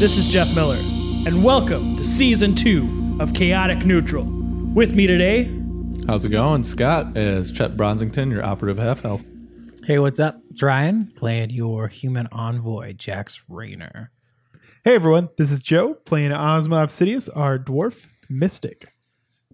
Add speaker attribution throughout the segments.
Speaker 1: This is Jeff Miller, and welcome to season two of Chaotic Neutral. With me today,
Speaker 2: How's it going? Scott is Chet Bronsington, your operative half elf.
Speaker 3: Hey, what's up? It's Ryan playing your human envoy, Jax Rayner.
Speaker 4: Hey everyone, this is Joe playing Ozma Obsidius, our dwarf mystic.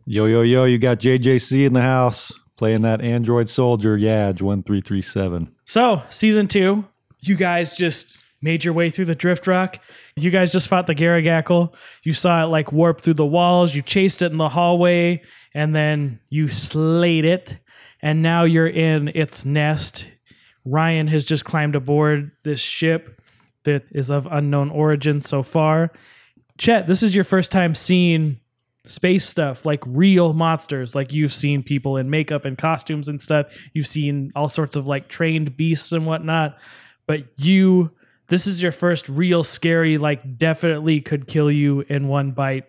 Speaker 5: Yo, yo, yo, you got JJC in the house playing that Android soldier, Yaj 1337.
Speaker 1: so season two, you guys just made your way through the drift rock. You guys just fought the Garagackle. You saw it like warp through the walls. You chased it in the hallway, and then you slayed it. And now you're in its nest. Ryan has just climbed aboard this ship that is of unknown origin so far. Chet, this is your first time seeing space stuff, like real monsters. Like you've seen people in makeup and costumes and stuff. You've seen all sorts of like trained beasts and whatnot. But you, this is your first real scary, like definitely could kill you in one bite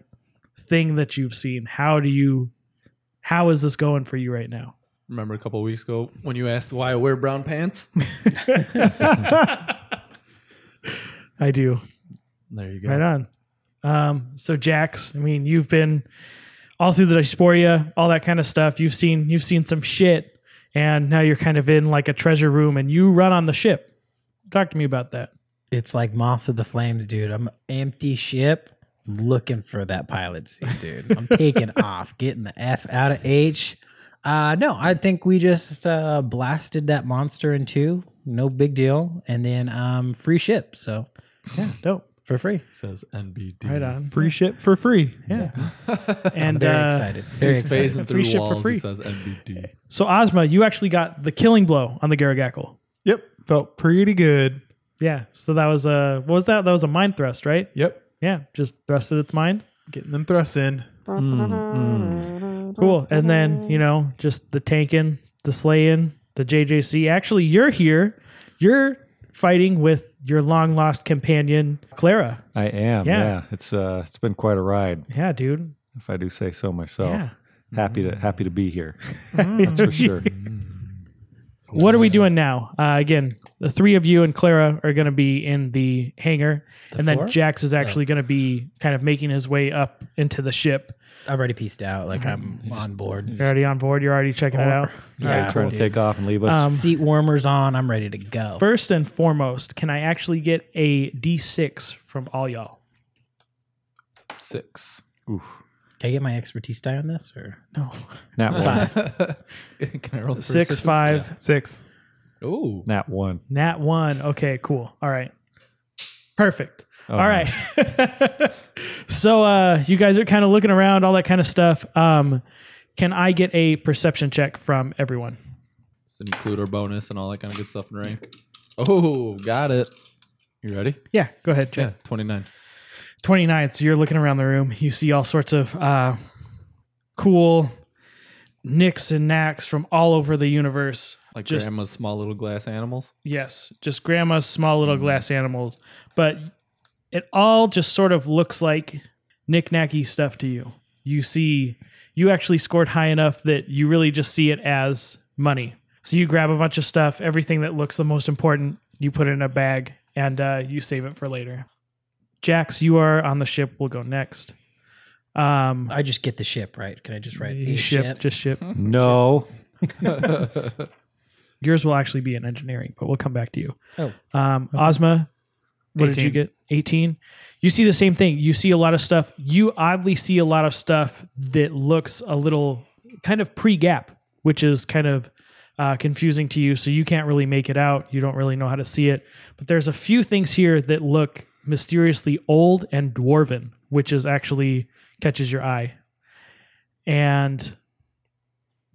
Speaker 1: thing that you've seen. How do you, how is this going for you right now?
Speaker 2: Remember a couple of weeks ago when you asked why I wear brown pants?
Speaker 1: I do.
Speaker 2: There you go.
Speaker 1: Right on. Um, so Jax, I mean, you've been all through the dysphoria, all that kind of stuff. You've seen you've seen some shit, and now you're kind of in like a treasure room, and you run on the ship. Talk to me about that.
Speaker 3: It's like Moth of the Flames, dude. I'm empty ship looking for that pilot seat, dude. I'm taking off, getting the F out of H. Uh, no, I think we just uh, blasted that monster in two. No big deal. And then um, free ship. So, yeah, dope. For free.
Speaker 2: Says NBD.
Speaker 1: Right on.
Speaker 4: Free ship for free.
Speaker 1: Yeah. and
Speaker 3: Very
Speaker 1: uh,
Speaker 3: excited. Very
Speaker 2: It's
Speaker 3: excited.
Speaker 2: phasing
Speaker 1: Free
Speaker 2: through
Speaker 1: shit for
Speaker 2: walls.
Speaker 1: free.
Speaker 2: It says NBD.
Speaker 1: So Ozma, you actually got the killing blow on the Garagackle.
Speaker 4: Yep, felt pretty good.
Speaker 1: Yeah. So that was a what was that? That was a mind thrust, right?
Speaker 4: Yep,
Speaker 1: Yeah. Just thrusted its mind.
Speaker 4: getting them thrusts in.
Speaker 1: Cool. And then, you know, just the tanking, the slaying, the JJC. Actually, you're here. You're fighting with your long lost companion, Clara.
Speaker 5: I am,
Speaker 1: Yeah.
Speaker 5: yeah. It's uh it's been quite a ride,
Speaker 1: Yeah, dude.
Speaker 5: if I do say so myself.
Speaker 1: Yeah.
Speaker 5: Happy to happy to be here. That's for sure.
Speaker 1: What are we doing now? Uh, again, the three of you and Clara are going to be in the hangar. and then
Speaker 3: four?
Speaker 1: Jax is actually going to be kind of making his way up into the ship.
Speaker 3: I'm already pieced out. Like,
Speaker 5: Mm-hmm.
Speaker 3: I'm on board.
Speaker 1: You're already on board. You're already checking it out.
Speaker 5: They're trying to take off and leave us.
Speaker 3: Seat warmers on. I'm ready to go.
Speaker 1: First and foremost, can I actually get a D6 from all y'all?
Speaker 2: Six.
Speaker 3: Can I get my expertise die on this? Or
Speaker 1: No.
Speaker 5: Nat one.
Speaker 2: Can I roll for
Speaker 1: Six,
Speaker 2: assistance?
Speaker 1: five,
Speaker 4: Six.
Speaker 2: Yeah. Ooh.
Speaker 5: Nat one.
Speaker 1: Nat one. Okay, cool. All right. Perfect. All right. so uh you guys are kind of looking around, all that kind of stuff. Um can I get a perception check from everyone?
Speaker 2: Does it include our bonus and all that kind of good stuff in rank? Oh, got it. You ready?
Speaker 1: Yeah, go ahead, Chad.
Speaker 2: Yeah, 29.
Speaker 1: 29 so you're looking around the room you see all sorts of uh, cool nicks and knacks from all over the universe
Speaker 2: Like
Speaker 1: Just-
Speaker 2: grandma's small little glass animals.
Speaker 1: yes just grandma's small little
Speaker 3: Mm.
Speaker 1: glass animals but it all just sort of looks like knick-knacky stuff to you you see you actually scored high enough that you really just see it as money so you grab a bunch of stuff everything that looks the most important you put it in a bag and uh, you save it for later jax you are on the ship we'll go next um
Speaker 3: I just get the ship, right? Can I just write a
Speaker 1: ship,
Speaker 3: ship?
Speaker 1: just ship
Speaker 5: No.
Speaker 1: yours will actually be in engineering but we'll come back to you
Speaker 3: oh,
Speaker 1: Um, Ozma, what did you
Speaker 3: 18.
Speaker 1: get? 18. You see the same thing. You see a lot of stuff. You oddly see a lot of stuff that looks a little kind of pre gap, which is kind of uh, confusing to you. So you can't really make it out. You don't really know how to see it. But there's a few things here that look mysteriously old and dwarven, which is actually catches your eye. And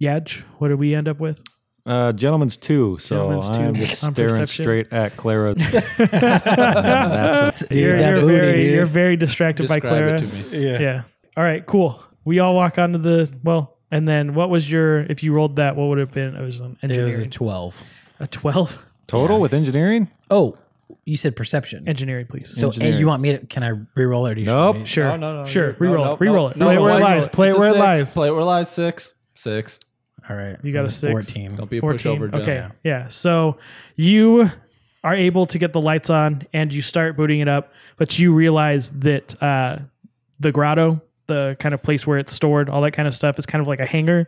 Speaker 1: Yaj, what did we end up with?
Speaker 5: Uh gentlemen's two. So
Speaker 1: Gentleman's two
Speaker 5: I'm just
Speaker 1: on
Speaker 5: staring
Speaker 1: perception.
Speaker 5: straight at Clara.
Speaker 3: that's dude,
Speaker 1: You're,
Speaker 3: that
Speaker 1: you're
Speaker 3: booty,
Speaker 1: very,
Speaker 3: dude.
Speaker 1: you're very distracted
Speaker 2: Describe
Speaker 1: by Clara.
Speaker 2: it to me.
Speaker 1: Yeah. All right, cool. We all walk onto the well, and then what was your if you rolled that, what would it have been? It was an
Speaker 3: It was a
Speaker 1: engineering.
Speaker 3: twelve.
Speaker 1: a twelve.
Speaker 5: Total with engineering?
Speaker 3: Oh, you said perception.
Speaker 1: Engineering, please.
Speaker 3: so and you want me to? Can I reroll it? Or do you
Speaker 5: Nope.
Speaker 3: want me to-
Speaker 1: sure.
Speaker 2: No, no, no.
Speaker 1: Sure.
Speaker 2: no,
Speaker 1: Reroll
Speaker 2: Oh, no,
Speaker 1: it. Reroll it.
Speaker 2: no, no,
Speaker 1: Play it where it
Speaker 2: no,
Speaker 1: lies.
Speaker 2: no.
Speaker 4: Play it
Speaker 2: It's a
Speaker 4: where it
Speaker 2: six.
Speaker 4: lies.
Speaker 2: Play it where it lies. Six. Six.
Speaker 3: All right.
Speaker 1: You got a six?
Speaker 3: Fourteen.
Speaker 2: Don't be a
Speaker 1: 14.
Speaker 2: pushover, Jeff.
Speaker 1: Okay. Yeah. So you are able to get the lights on and you start booting it up, but you realize that uh, the grotto, the kind of place where it's stored, all that kind of stuff is kind of like a hangar.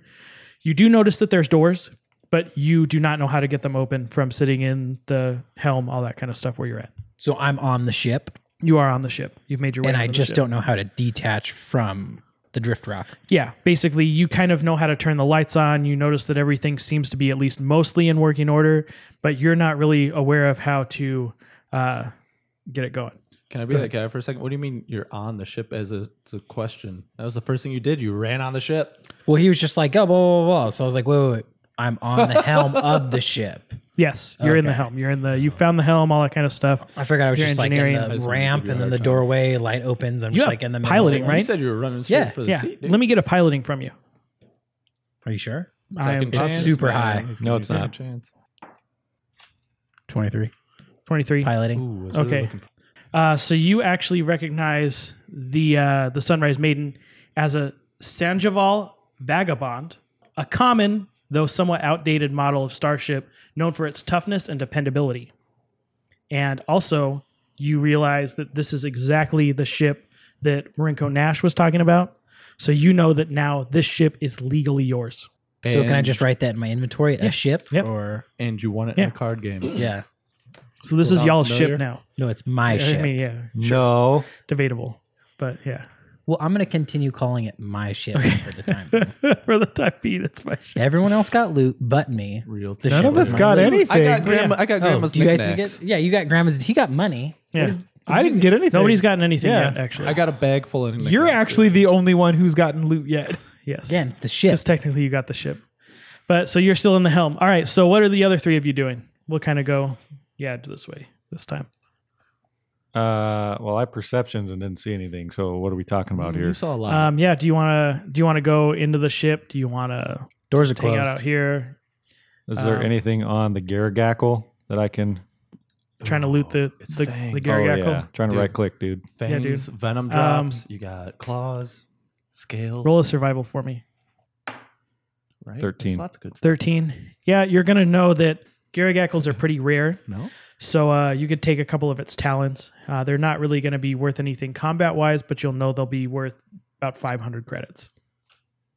Speaker 1: You do notice that there's doors, but you do not know how to get them open from sitting in the helm, all that kind of stuff where you're at.
Speaker 3: So I'm on the ship,
Speaker 1: You are on the ship. You've made your way.
Speaker 3: and I
Speaker 1: onto the
Speaker 3: just
Speaker 1: ship.
Speaker 3: don't know how to detach from the drift rock.
Speaker 1: Yeah, basically, you kind of know how to turn the lights on. You notice that everything seems to be at least mostly in working order, but you're not really aware of how to uh, get it going.
Speaker 2: Can I be that guy for a second? What do you mean you're on the ship as a, it's a question? That was the first thing you did. You ran on the ship.
Speaker 3: Well, he was just like, oh, blah, blah, blah. blah. So I was like, wait, wait, wait. I'm on the helm of the ship.
Speaker 1: Yes, you're in the
Speaker 3: Okay.
Speaker 1: helm. You're in the. You found the helm, all that kind of stuff.
Speaker 3: I forgot I was
Speaker 1: Your
Speaker 3: just like in
Speaker 1: engineering- I
Speaker 3: the
Speaker 2: just wanted to
Speaker 3: ramp
Speaker 2: give you
Speaker 3: and
Speaker 2: a
Speaker 3: then
Speaker 2: hard
Speaker 3: the
Speaker 2: time.
Speaker 3: doorway light opens. I'm
Speaker 1: You
Speaker 3: just
Speaker 1: have
Speaker 3: like in the middle.
Speaker 1: piloting,
Speaker 3: saying,
Speaker 1: right?
Speaker 2: You said you were running straight
Speaker 3: Yeah,
Speaker 2: for the
Speaker 1: Yeah,
Speaker 2: seat. Dude.
Speaker 1: let me get a piloting from you.
Speaker 3: Are you sure?
Speaker 1: I am
Speaker 3: chance. super high.
Speaker 5: No, it's not.
Speaker 2: Chance.
Speaker 3: 23.
Speaker 1: 23.
Speaker 3: Piloting.
Speaker 2: Ooh, I was
Speaker 1: Okay.
Speaker 2: really looking for-
Speaker 1: Uh, so you actually recognize the uh, the Sunrise Maiden as a Sanjival Vagabond, a common though somewhat outdated model of starship known for its toughness and dependability. And also, you realize that this is exactly the ship that Marinko Nash was talking about. So you know that now this ship is legally yours.
Speaker 3: So can I
Speaker 2: And-
Speaker 3: just write that in my inventory? A ship?
Speaker 1: Yep.
Speaker 3: Or
Speaker 2: And you won it
Speaker 1: Yeah.
Speaker 2: in a card game.
Speaker 3: yeah.
Speaker 1: So this is
Speaker 2: Sound
Speaker 1: y'all's
Speaker 2: familiar?
Speaker 1: ship now.
Speaker 3: No, it's my ship.
Speaker 1: I mean, yeah,
Speaker 5: No.
Speaker 1: debatable, but yeah,
Speaker 3: well, I'm gonna continue calling it my ship for the time. being.
Speaker 1: for the time being, it's my ship.
Speaker 3: Everyone else got loot, but me.
Speaker 2: Real
Speaker 3: The
Speaker 2: time.
Speaker 3: ship
Speaker 4: None of
Speaker 3: was
Speaker 4: us
Speaker 3: my
Speaker 4: got
Speaker 3: loot.
Speaker 2: I
Speaker 4: anything.
Speaker 2: got grandma. I got
Speaker 3: Oh,
Speaker 2: grandma's
Speaker 3: do you guys
Speaker 2: knickknacks.
Speaker 3: get? Yeah, you got grandma's. He got money.
Speaker 1: Yeah.
Speaker 4: I didn't get anything.
Speaker 1: Nobody's gotten anything
Speaker 4: Yeah.
Speaker 1: yet, actually.
Speaker 2: I got a bag full of.
Speaker 4: You're
Speaker 2: knickknacks.
Speaker 4: actually the only one who's gotten loot yet.
Speaker 1: yes.
Speaker 3: Again, it's the ship.
Speaker 1: Because technically you got the ship. But so you're still in the helm. All right. So what are the other three of you doing? We'll kind of go, yeah, this way this time.
Speaker 5: Uh, well, I had perceptions and didn't see anything. So what are we talking about here?
Speaker 2: You saw a lot.
Speaker 1: Um, yeah. Do you want to, do you want to go into the ship? Do you want to
Speaker 3: Doors are
Speaker 1: hang out
Speaker 3: closed.
Speaker 1: out here?
Speaker 5: Is there
Speaker 1: um,
Speaker 5: anything on the Garagackle that I can?
Speaker 2: Oh,
Speaker 1: Trying to loot the,
Speaker 2: It's
Speaker 1: the,
Speaker 2: fangs.
Speaker 1: the
Speaker 2: Oh,
Speaker 5: Oh,
Speaker 1: Garagackle?
Speaker 5: yeah. Trying to
Speaker 2: Dude.
Speaker 5: right click, dude.
Speaker 1: Yeah, dude. Um,
Speaker 2: fangs, venom drops. you got claws, scales.
Speaker 1: Roll a survival for me.
Speaker 2: right?
Speaker 5: 13.
Speaker 2: There's Lots of good stuff.
Speaker 1: 13. Yeah. You're going to know that Garagackles are pretty rare.
Speaker 2: No.
Speaker 1: So uh, you could take a couple of its talents. Uh, they're not really going to be worth anything combat wise, but you'll know they'll be worth about 500 credits.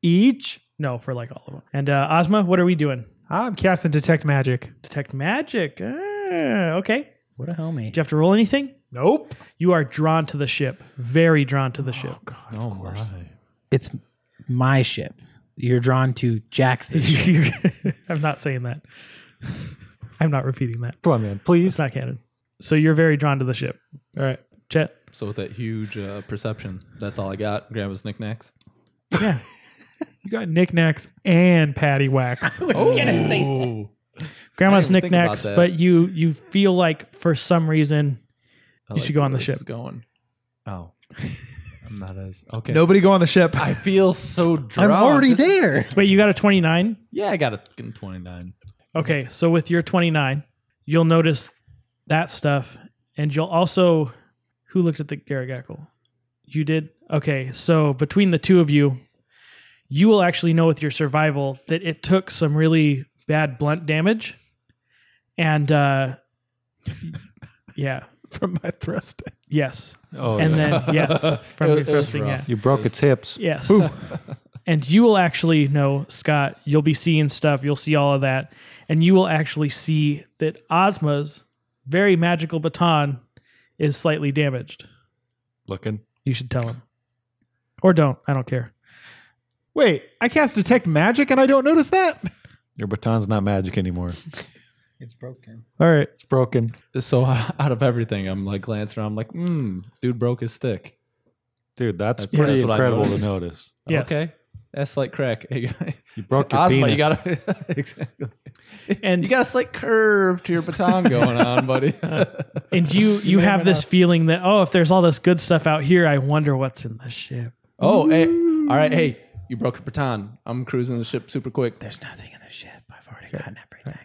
Speaker 4: Each.
Speaker 1: No, for like all of them. And uh, Ozma, what are we doing?
Speaker 4: I'm casting detect magic.
Speaker 1: Detect magic. Ah, okay.
Speaker 3: What a homie.
Speaker 1: Do you have to roll anything?
Speaker 4: Nope.
Speaker 1: You are drawn to the ship. Very drawn to the ship.
Speaker 2: No. Of course.
Speaker 3: It's my ship. You're drawn to Jackson's ship.
Speaker 1: I'm not saying that. I'm not repeating that.
Speaker 5: Come on, man. Please.
Speaker 1: It's not canon. So you're very drawn to the ship. All right. Chet.
Speaker 2: So with that huge uh, perception, that's all I got. Grandma's knickknacks.
Speaker 1: Yeah.
Speaker 4: You got knickknacks and patty wax.
Speaker 2: Oh.
Speaker 1: Grandma's
Speaker 2: I didn't think about
Speaker 1: knickknacks,
Speaker 2: that.
Speaker 1: but you you feel like for some reason
Speaker 2: I
Speaker 1: You should go
Speaker 2: where
Speaker 1: on the
Speaker 2: this
Speaker 1: ship.
Speaker 2: is Going. Oh, I'm not as okay.
Speaker 4: Nobody go on the ship.
Speaker 2: I feel so
Speaker 3: I'm
Speaker 2: drunk.
Speaker 3: already there.
Speaker 1: wait, you got a twenty nine?
Speaker 2: Yeah, I got a fucking 29.
Speaker 1: Okay, so with your 29, you'll notice that stuff, and you'll also who looked at the Garagackle? You did? Okay, so between the two of you, you will actually know with your survival that it took some really bad blunt damage. And uh yeah.
Speaker 4: from my thrust.
Speaker 1: Yes.
Speaker 5: Oh,
Speaker 1: and
Speaker 5: yeah.
Speaker 1: then yes, from
Speaker 2: It-
Speaker 1: your
Speaker 2: it was
Speaker 1: thrusting yeah.
Speaker 2: rough.
Speaker 5: you broke its hips.
Speaker 1: Yes. and you will actually know, Scott, you'll be seeing stuff, you'll see all of that, and you will actually see that Ozma's very magical baton is slightly damaged.
Speaker 5: Looking.
Speaker 1: You should tell him. Or don't. I don't care.
Speaker 4: Wait, I cast detect magic and I don't notice that?
Speaker 5: Your baton's not magic anymore.
Speaker 3: It's broken.
Speaker 4: All right.
Speaker 5: It's broken.
Speaker 2: So out of everything, I'm like glancing around. I'm like, hmm, dude broke his stick.
Speaker 5: Dude, that's,
Speaker 2: That's-
Speaker 5: pretty
Speaker 2: that's what I
Speaker 5: incredible to
Speaker 2: noticed.
Speaker 5: notice.
Speaker 1: Yes.
Speaker 2: Okay. That's like crack. Hey, guy.
Speaker 5: You broke your
Speaker 2: Ozma,
Speaker 5: penis.
Speaker 2: you got a, exactly.
Speaker 1: And
Speaker 2: You got a slight curve to your baton going on, buddy.
Speaker 1: and you you have this feeling that oh, if there's all this good stuff out here, I wonder what's in the ship.
Speaker 2: oh, hey, all right, hey, you broke your baton. I'm cruising the ship super quick.
Speaker 3: There's nothing in the ship. I've already gotten everything.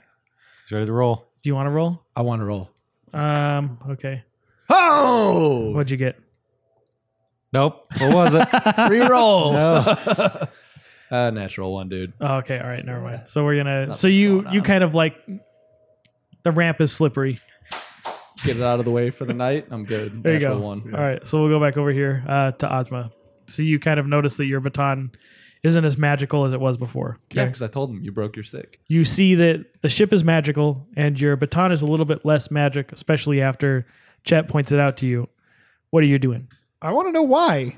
Speaker 5: He's ready to roll.
Speaker 1: Do you want to roll?
Speaker 2: I want to roll.
Speaker 1: Um, okay.
Speaker 2: Oh,
Speaker 1: What'd you get?
Speaker 5: Nope. What was it?
Speaker 2: reroll. uh, natural one, dude.
Speaker 1: Oh, okay, all right, never mind. So we're gonna so
Speaker 2: Nothing's
Speaker 1: you
Speaker 2: going
Speaker 1: you
Speaker 2: on.
Speaker 1: kind of like the ramp is slippery.
Speaker 2: Get it out of the way for the night. I'm good.
Speaker 1: There you
Speaker 2: Natural
Speaker 1: go.
Speaker 2: One.
Speaker 1: All right, so we'll go back over here uh, to Ozma. So you kind of notice that your baton isn't as magical as it was before.
Speaker 2: Yeah, because I told him you broke your stick.
Speaker 1: You see that the ship is magical and your baton is a little bit less magic, especially after Chet points it out to you. What are you doing?
Speaker 4: I want to know why.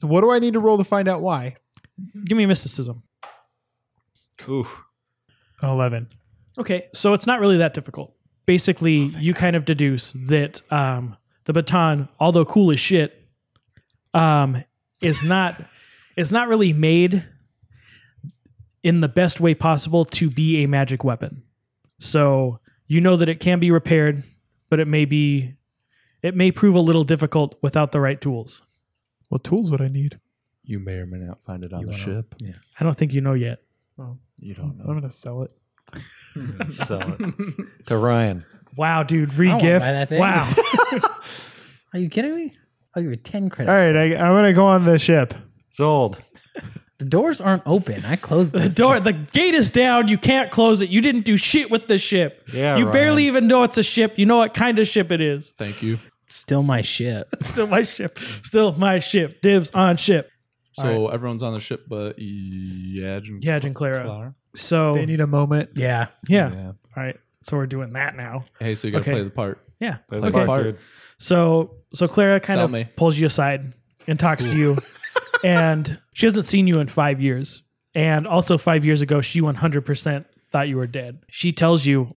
Speaker 4: What do I need to roll to find out why?
Speaker 1: Give me a mysticism.
Speaker 5: Oof.
Speaker 4: 11.
Speaker 1: Okay, so it's not really that difficult. Basically, you kind of deduce that um, the baton, although cool as shit, um, is not is not really made in the best way possible to be a magic weapon. So you know that it can be repaired, but it may be it may prove a little difficult without the right tools.
Speaker 4: What tools would I need?
Speaker 2: You may or may not find it on the ship.
Speaker 1: I don't think you know yet.
Speaker 2: You don't
Speaker 4: I'm going to sell it.
Speaker 5: Sell it to Ryan.
Speaker 1: Wow, dude,
Speaker 3: wanna buy
Speaker 1: regift.
Speaker 3: that thing.
Speaker 1: Wow.
Speaker 3: Are you kidding me? I'll give you 10 credits.
Speaker 4: All right, I, I'm going to go on the ship.
Speaker 5: Sold.
Speaker 3: The doors aren't open. I closed
Speaker 1: The
Speaker 3: this.
Speaker 1: door, the gate is down. You can't close it. You didn't do shit with the ship.
Speaker 5: Yeah,
Speaker 1: You
Speaker 5: Ryan.
Speaker 1: barely even know it's a ship. You know what kind of ship it is.
Speaker 2: Thank you.
Speaker 3: It's still my ship.
Speaker 1: Still my ship. Still my ship. Dibs on ship.
Speaker 2: So everyone's on the ship, but Yaj and
Speaker 1: Yaj and Clara. So
Speaker 4: They need a moment.
Speaker 3: Yeah.
Speaker 1: yeah.
Speaker 2: Yeah.
Speaker 1: All right. So we're doing that now.
Speaker 2: Hey, so you gotta
Speaker 1: Okay.
Speaker 2: play the part.
Speaker 1: Yeah.
Speaker 5: Play the
Speaker 1: okay.
Speaker 5: part, dude.
Speaker 1: So so Clara kind
Speaker 2: Sell
Speaker 1: of
Speaker 2: me.
Speaker 1: pulls you aside and talks to you, and she hasn't seen you in five years. And also five years ago, she 100% thought you were dead. She tells you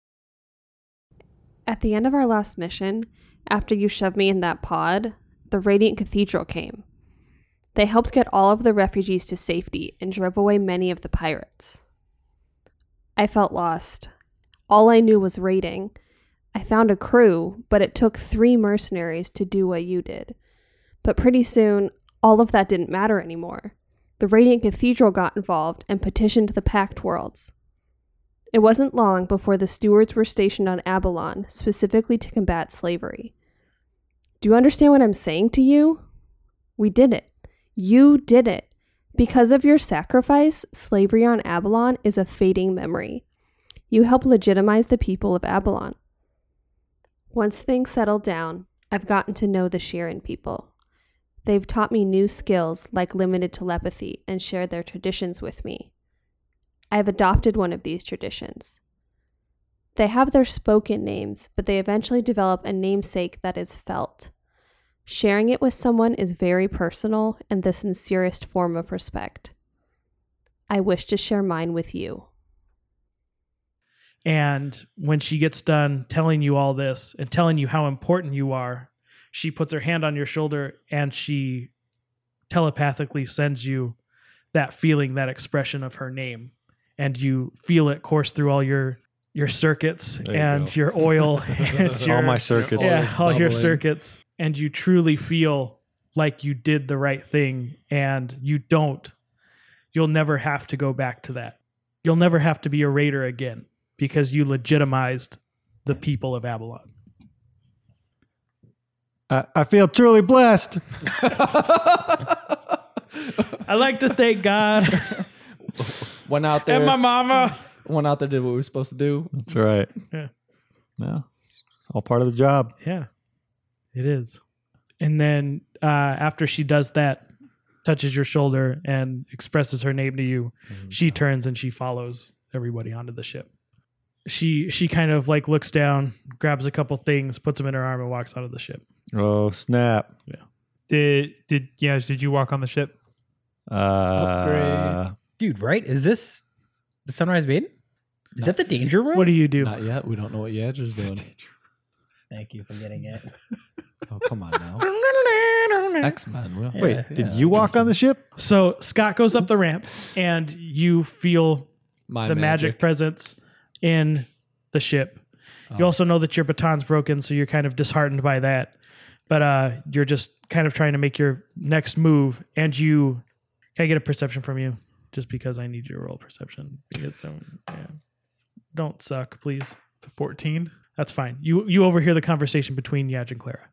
Speaker 6: At the end of our last mission, after you shoved me in that pod, the Radiant Cathedral came. They helped get all of the refugees to safety and drove away many of the pirates. I felt lost. All I knew was raiding. I found a crew, but it took three mercenaries to do what you did. But pretty soon, all of that didn't matter anymore. The Radiant Cathedral got involved and petitioned the Pact Worlds. It wasn't long before the stewards were stationed on Abalon specifically to combat slavery. Do you understand what I'm saying to you? We did it. You did it. Because of your sacrifice, slavery on Abalon is a fading memory. You helped legitimize the people of Abalon. Once things settled down, I've gotten to know the Sheeran people. They've taught me new skills like limited telepathy and shared their traditions with me. I have adopted one of these traditions. They have their spoken names, but they eventually develop a namesake that is felt. Sharing it with someone is very personal and the sincerest form of respect. I wish to share mine with you.
Speaker 1: And when she gets done telling you all this and telling you how important you are, she puts her hand on your shoulder and she telepathically sends you that feeling, that expression of her name. And you feel it course through all your your circuits
Speaker 5: There you
Speaker 1: and
Speaker 5: go.
Speaker 1: your oil and your
Speaker 5: All my circuits.
Speaker 2: All
Speaker 1: yeah,
Speaker 2: is
Speaker 1: all your
Speaker 2: bubbling.
Speaker 1: circuits, and you truly feel like you did the right thing, and you don't. You'll never have to go back to that. You'll never have to be a raider again because you legitimized the people of Avalon.
Speaker 5: I, I feel truly blessed.
Speaker 1: I like to thank God
Speaker 2: Went out there.
Speaker 1: and my mama.
Speaker 2: went out there, did what we were supposed to do.
Speaker 5: That's right.
Speaker 1: Yeah.
Speaker 5: No, it's all part of the job.
Speaker 1: Yeah, it is. And then uh, after she does that, touches your shoulder and expresses her name to you, she turns and she follows everybody onto the ship. She she kind of like looks down, grabs a couple things, puts them in her arm, and walks out of the ship.
Speaker 5: Oh snap!
Speaker 4: Did, did, yeah, did you walk on the ship?
Speaker 5: Uh,
Speaker 2: Upgrade.
Speaker 3: Dude, right? Is this the Sunrise Maiden? Is that the danger room?
Speaker 1: What do you do?
Speaker 2: Not yet. We don't know what Yaj is doing.
Speaker 3: Thank you for getting it.
Speaker 2: Oh, come on now. X Men.
Speaker 5: Wait, did you walk on the ship?
Speaker 1: So Scott goes up the ramp, and you feel
Speaker 2: My
Speaker 1: the magic. presence in the ship. You also know that your baton's broken, so you're kind of disheartened by that. But uh, you're just kind of trying to make your next move, and you can I get a perception from you, just because I need you to roll perception. Because um, yeah. don't suck, please.
Speaker 4: 14.
Speaker 1: That's fine. You you overhear the conversation between Yaj and Clara.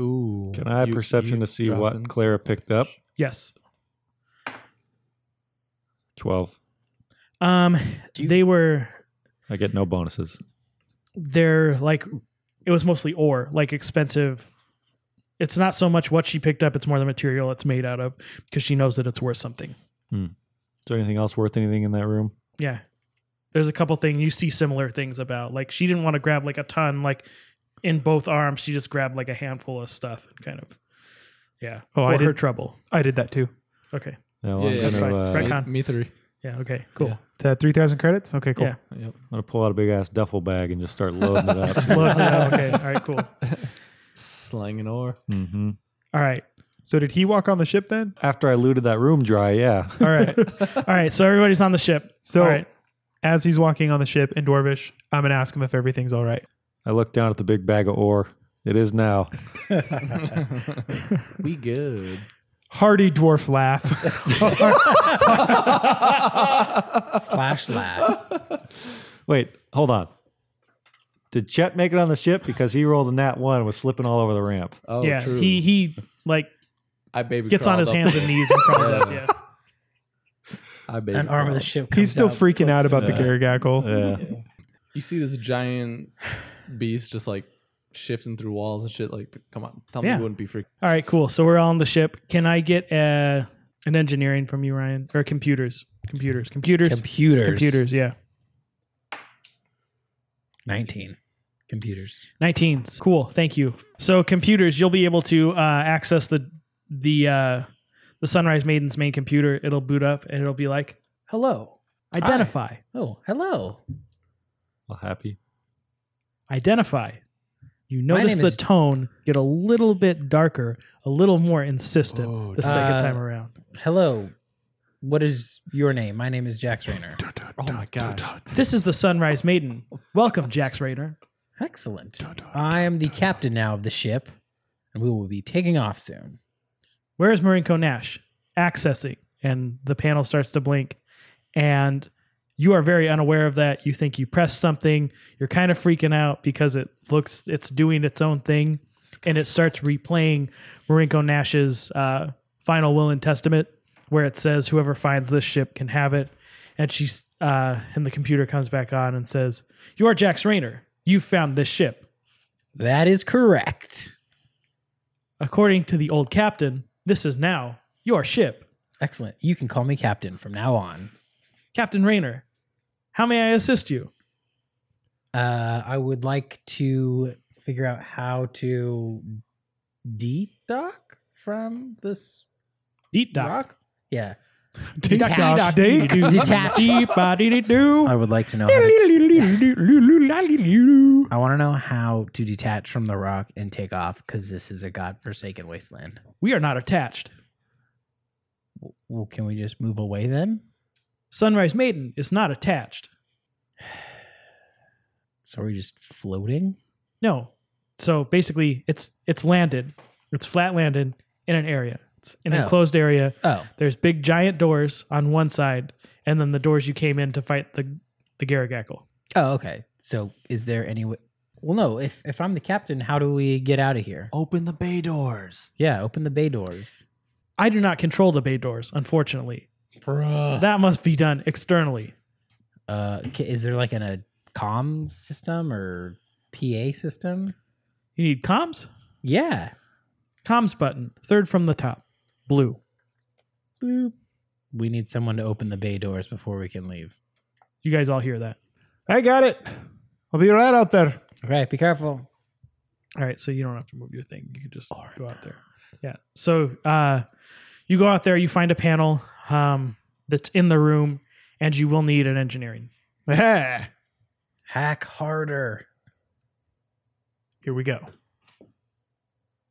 Speaker 2: Ooh.
Speaker 5: Can I have
Speaker 2: you-
Speaker 5: perception
Speaker 2: you
Speaker 5: to see what
Speaker 2: dropping
Speaker 5: Clara
Speaker 2: something?
Speaker 5: picked up?
Speaker 1: Yes.
Speaker 5: Twelve.
Speaker 1: Um, they were
Speaker 5: I get no bonuses.
Speaker 1: they're like it was mostly ore, like expensive. It's not so much what she picked up; it's more the material it's made out of, because she knows that it's worth something.
Speaker 5: there anything else worth anything in that room?
Speaker 1: Yeah, there's a couple things you see similar things about. Like she didn't want to grab like a ton, like in both arms. She just grabbed like a handful of stuff and kind of, yeah,
Speaker 4: Oh,
Speaker 1: for
Speaker 4: I
Speaker 1: her
Speaker 4: did-
Speaker 1: trouble.
Speaker 4: I did that too.
Speaker 1: Okay,
Speaker 5: No,
Speaker 2: Yeah,
Speaker 5: I'm
Speaker 2: yeah,
Speaker 5: gonna,
Speaker 2: that's
Speaker 1: fine.
Speaker 5: uh,
Speaker 1: Right.
Speaker 5: I'm
Speaker 1: Retcon.
Speaker 2: Me, me three.
Speaker 1: yeah, okay, cool.
Speaker 2: Yeah.
Speaker 4: To 3,000 credits? Okay, cool.
Speaker 1: Yeah.
Speaker 2: Yep.
Speaker 5: gonna pull out a big ass duffel bag and just start loading it up.
Speaker 1: Look, yeah, okay, all right, cool.
Speaker 2: Slang and ore.
Speaker 5: hmm
Speaker 1: All right,
Speaker 4: So did he walk on the ship then?
Speaker 5: After I looted that room dry, yeah.
Speaker 4: All right.
Speaker 1: all right. So everybody's on the ship.
Speaker 4: So
Speaker 1: all right,
Speaker 4: as he's walking on the ship in Dwarvish, I'm going to ask him if everything's all right.
Speaker 5: I looked down at the big bag of ore. It is now.
Speaker 2: we good.
Speaker 4: Hearty dwarf laugh.
Speaker 3: Slash laugh.
Speaker 5: Wait, hold on. Did Chet make it on the ship? Because he rolled a nat one and was slipping all over the ramp.
Speaker 2: Oh,
Speaker 1: yeah,
Speaker 2: true.
Speaker 1: he he like
Speaker 2: I baby
Speaker 1: gets on
Speaker 2: crawled
Speaker 1: his
Speaker 2: up.
Speaker 1: hands and knees and crawls up. Yeah.
Speaker 2: I baby
Speaker 3: An arm of the
Speaker 2: crawled.
Speaker 3: ship. comes
Speaker 4: he's still
Speaker 3: out,
Speaker 4: freaking out
Speaker 3: looks
Speaker 4: about the
Speaker 3: up.
Speaker 4: Garagackle.
Speaker 5: Yeah.
Speaker 2: You see this giant beast just like shifting through walls and shit. Like, come on, tell me
Speaker 1: Yeah.
Speaker 2: you wouldn't be freaking.
Speaker 1: All right, cool. So we're all on the ship. Can I get uh, an engineering from you, Ryan, or computers? Computers, computers,
Speaker 3: Computers.
Speaker 1: computers. Yeah,
Speaker 3: 19. Computers.
Speaker 1: 19s. Cool. Thank you. So computers, you'll be able to uh, access the the uh, the Sunrise Maiden's main computer. It'll boot up and it'll be like, "Hello, identify,
Speaker 3: Oh, hello.
Speaker 5: All happy.
Speaker 1: identify." You
Speaker 3: My
Speaker 1: notice
Speaker 3: name
Speaker 1: the
Speaker 3: is-
Speaker 1: tone get a little bit darker, a little more insistent
Speaker 2: Oh,
Speaker 1: the second
Speaker 3: Uh,
Speaker 1: time around.
Speaker 3: Hello. What is your name? My name is Jax Rayner.
Speaker 2: Oh my gosh.
Speaker 1: This is the Sunrise Maiden. Welcome, Jax Rayner.
Speaker 3: Excellent. I am the captain now of the ship, and we will be taking off soon.
Speaker 1: where is Marinko Nash? Accessing. And the panel starts to blink. And you are very unaware of that. You think you pressed something. You're kind of freaking out because it looks, it's doing its own thing. And it starts replaying Marinko Nash's uh, final will and testament, where it says, whoever finds this ship can have it. And she's, uh, and the computer comes back on and says, You're Jax Rayner. You found this ship.
Speaker 3: That is correct.
Speaker 1: According to the old captain, this is now your ship.
Speaker 3: Excellent. You can call me captain from now on.
Speaker 1: Captain Rayner, how may I assist you?
Speaker 3: Uh, I would like to figure out how to de-dock from this
Speaker 1: Deep dock.
Speaker 3: rock. Yeah.
Speaker 4: Dick
Speaker 3: Detach.
Speaker 4: dock,
Speaker 1: You
Speaker 4: dick.
Speaker 1: do-
Speaker 3: Detach.
Speaker 1: Deep body to do.
Speaker 3: I would like to know. How to, I want to know how to detach from the rock and take off because this is a godforsaken wasteland.
Speaker 1: We are not attached.
Speaker 3: Well, can we just move away then?
Speaker 1: Sunrise Maiden is not attached.
Speaker 3: So are we just floating?
Speaker 1: No. So basically, it's it's landed. It's flat landed in an area. It's an
Speaker 3: Oh.
Speaker 1: enclosed area.
Speaker 3: Oh,
Speaker 1: There's big giant doors on one side, and then the doors you came in to fight the the Garagackle.
Speaker 3: oh, okay. So is there any way? Well, no. If if I'm the captain, how do we get out of here?
Speaker 2: Open the bay doors.
Speaker 3: Yeah, open the bay doors.
Speaker 1: I do not control the bay doors, unfortunately.
Speaker 3: Bruh.
Speaker 1: That must be done externally.
Speaker 3: Uh, ca- is there like an a comms system or PA system?
Speaker 1: You need comms?
Speaker 3: Yeah.
Speaker 1: Comms button, third from the top, blue.
Speaker 3: Boop. We need someone to open the bay doors before we can leave.
Speaker 1: You guys all hear that.
Speaker 4: I got it. I'll be right out there.
Speaker 3: Okay, be careful.
Speaker 1: All right, so you don't have to move your thing. You can just go out there. Yeah. So uh, you go out there, you find a panel um, that's in the room, and you will need an engineering.
Speaker 4: Yeah.
Speaker 3: Hack harder.
Speaker 4: Here we go.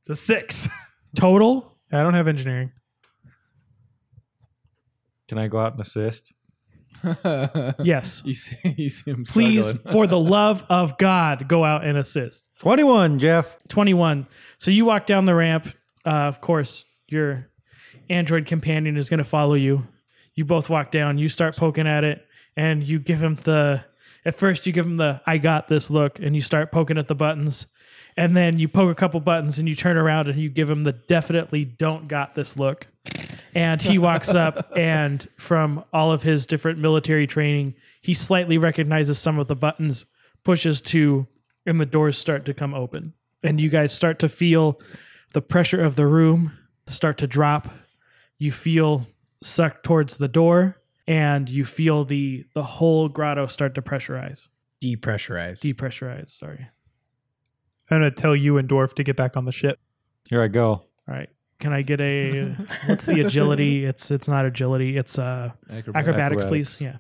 Speaker 4: It's a six.
Speaker 1: Total?
Speaker 4: I don't have engineering.
Speaker 5: Can I go out and assist?
Speaker 1: Yes.
Speaker 2: You see, you see him.
Speaker 1: Please,
Speaker 2: struggling.
Speaker 1: for the love of God, go out and assist.
Speaker 5: 21, Jeff.
Speaker 1: 21. So you walk down the ramp. Uh, of course, your android companion is going to follow you. You both walk down. You start poking at it, and you give him the. At first, you give him the "I got this" look, and you start poking at the buttons, and then you poke a couple buttons, and you turn around and you give him the definitely don't got this look. And he walks up, and from all of his different military training, he slightly recognizes some of the buttons, pushes two, and the doors start to come open. And you guys start to feel the pressure of the room start to drop. You feel sucked towards the door and you feel the the whole grotto start to pressurize.
Speaker 3: Depressurize.
Speaker 1: Depressurize, sorry.
Speaker 4: I'm gonna tell you and Dwarf to get back on the ship.
Speaker 5: Here I go.
Speaker 1: All right. Can I get a what's the agility? It's it's not agility, it's uh
Speaker 2: Acrobatics.
Speaker 1: acrobatics,
Speaker 5: Acrobatics.
Speaker 1: please. Yeah.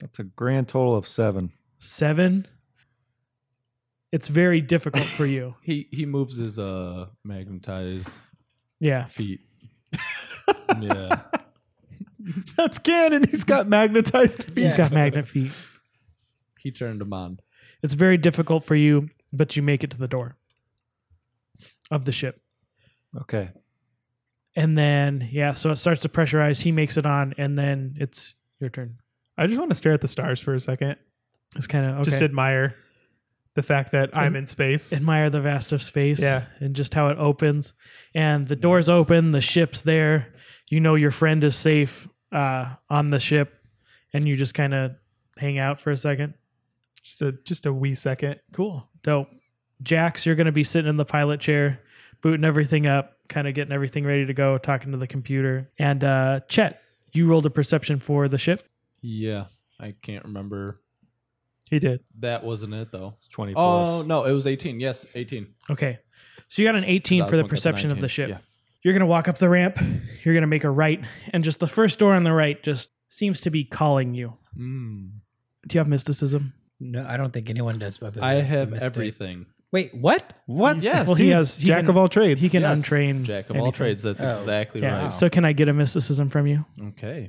Speaker 5: That's a grand total of seven.
Speaker 1: Seven. It's very difficult for you.
Speaker 2: He he moves his uh magnetized
Speaker 1: Yeah.
Speaker 2: feet. yeah.
Speaker 4: That's canon. He's got magnetized feet.
Speaker 1: He's got magnet feet.
Speaker 2: He turned him on.
Speaker 1: It's very difficult for you, but you make it to the door of the ship.
Speaker 5: Okay.
Speaker 1: And then, yeah, so it starts to pressurize. He makes it on, and then it's your turn.
Speaker 4: I just want to stare at the stars for a second.
Speaker 1: It's kind of okay.
Speaker 4: Just admire the fact that I'm in space.
Speaker 1: admire the vast of space
Speaker 4: Yeah.
Speaker 1: and just how it opens. And the doors open, the ship's there. You know your friend is safe uh, on the ship, and you just kind of hang out for a second.
Speaker 4: Just a just a wee second.
Speaker 1: Cool. Dope. Jax, you're going to be sitting in the pilot chair, booting everything up, kind of getting everything ready to go, talking to the computer. And uh, Chet, you rolled a perception for the ship.
Speaker 2: Yeah. I can't remember.
Speaker 4: He did.
Speaker 2: That wasn't it though.
Speaker 5: It's 20
Speaker 2: Oh
Speaker 5: plus.
Speaker 2: no, it was eighteen. Yes, eighteen.
Speaker 1: Okay. So you got an
Speaker 2: 'Cause I
Speaker 1: 18
Speaker 2: was
Speaker 1: for the
Speaker 2: looking at
Speaker 1: perception of the
Speaker 2: 19.
Speaker 1: ship.
Speaker 2: Yeah.
Speaker 1: You're going to walk up the ramp, you're going to make a right, and just the first door on the right just seems to be calling you.
Speaker 2: Mm.
Speaker 1: Do you have mysticism?
Speaker 3: No, I don't think anyone does. But
Speaker 2: I have everything.
Speaker 3: Wait, what?
Speaker 4: What?
Speaker 2: Yes.
Speaker 1: Well, he has- he
Speaker 4: jack
Speaker 1: can-
Speaker 4: of all trades.
Speaker 1: He can
Speaker 2: Yes.
Speaker 1: untrain.
Speaker 2: Jack of all
Speaker 1: anything.
Speaker 2: trades. That's
Speaker 3: Oh,
Speaker 2: exactly
Speaker 1: Yeah.
Speaker 2: right.
Speaker 1: So can I get a mysticism from you?
Speaker 2: Okay.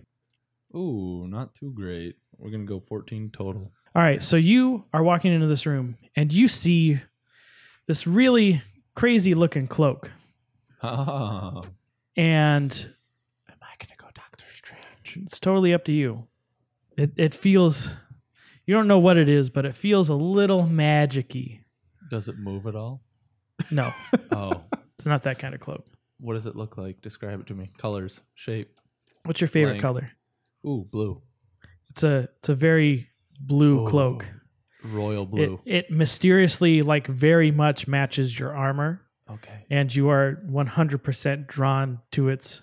Speaker 2: Ooh, not too great. We're gonna go fourteen total.
Speaker 1: All right, so you are walking into this room and you see this really crazy looking cloak.
Speaker 2: Ah,
Speaker 1: And am I going to go Doctor Strange? It's totally up to you. It it feels you don't know what it is, but it feels a little magicy.
Speaker 2: does it move at all?
Speaker 1: No,
Speaker 2: Oh,
Speaker 1: it's not that kind of cloak.
Speaker 2: what does it look like? Describe it to me. Colors, shape.
Speaker 1: What's your favorite
Speaker 2: Length.
Speaker 1: color?
Speaker 2: Ooh, blue.
Speaker 1: It's a it's a very blue
Speaker 2: Ooh,
Speaker 1: cloak.
Speaker 2: Royal blue.
Speaker 1: It, it mysteriously like very much matches your armor,
Speaker 2: okay.
Speaker 1: and you are one hundred percent drawn to its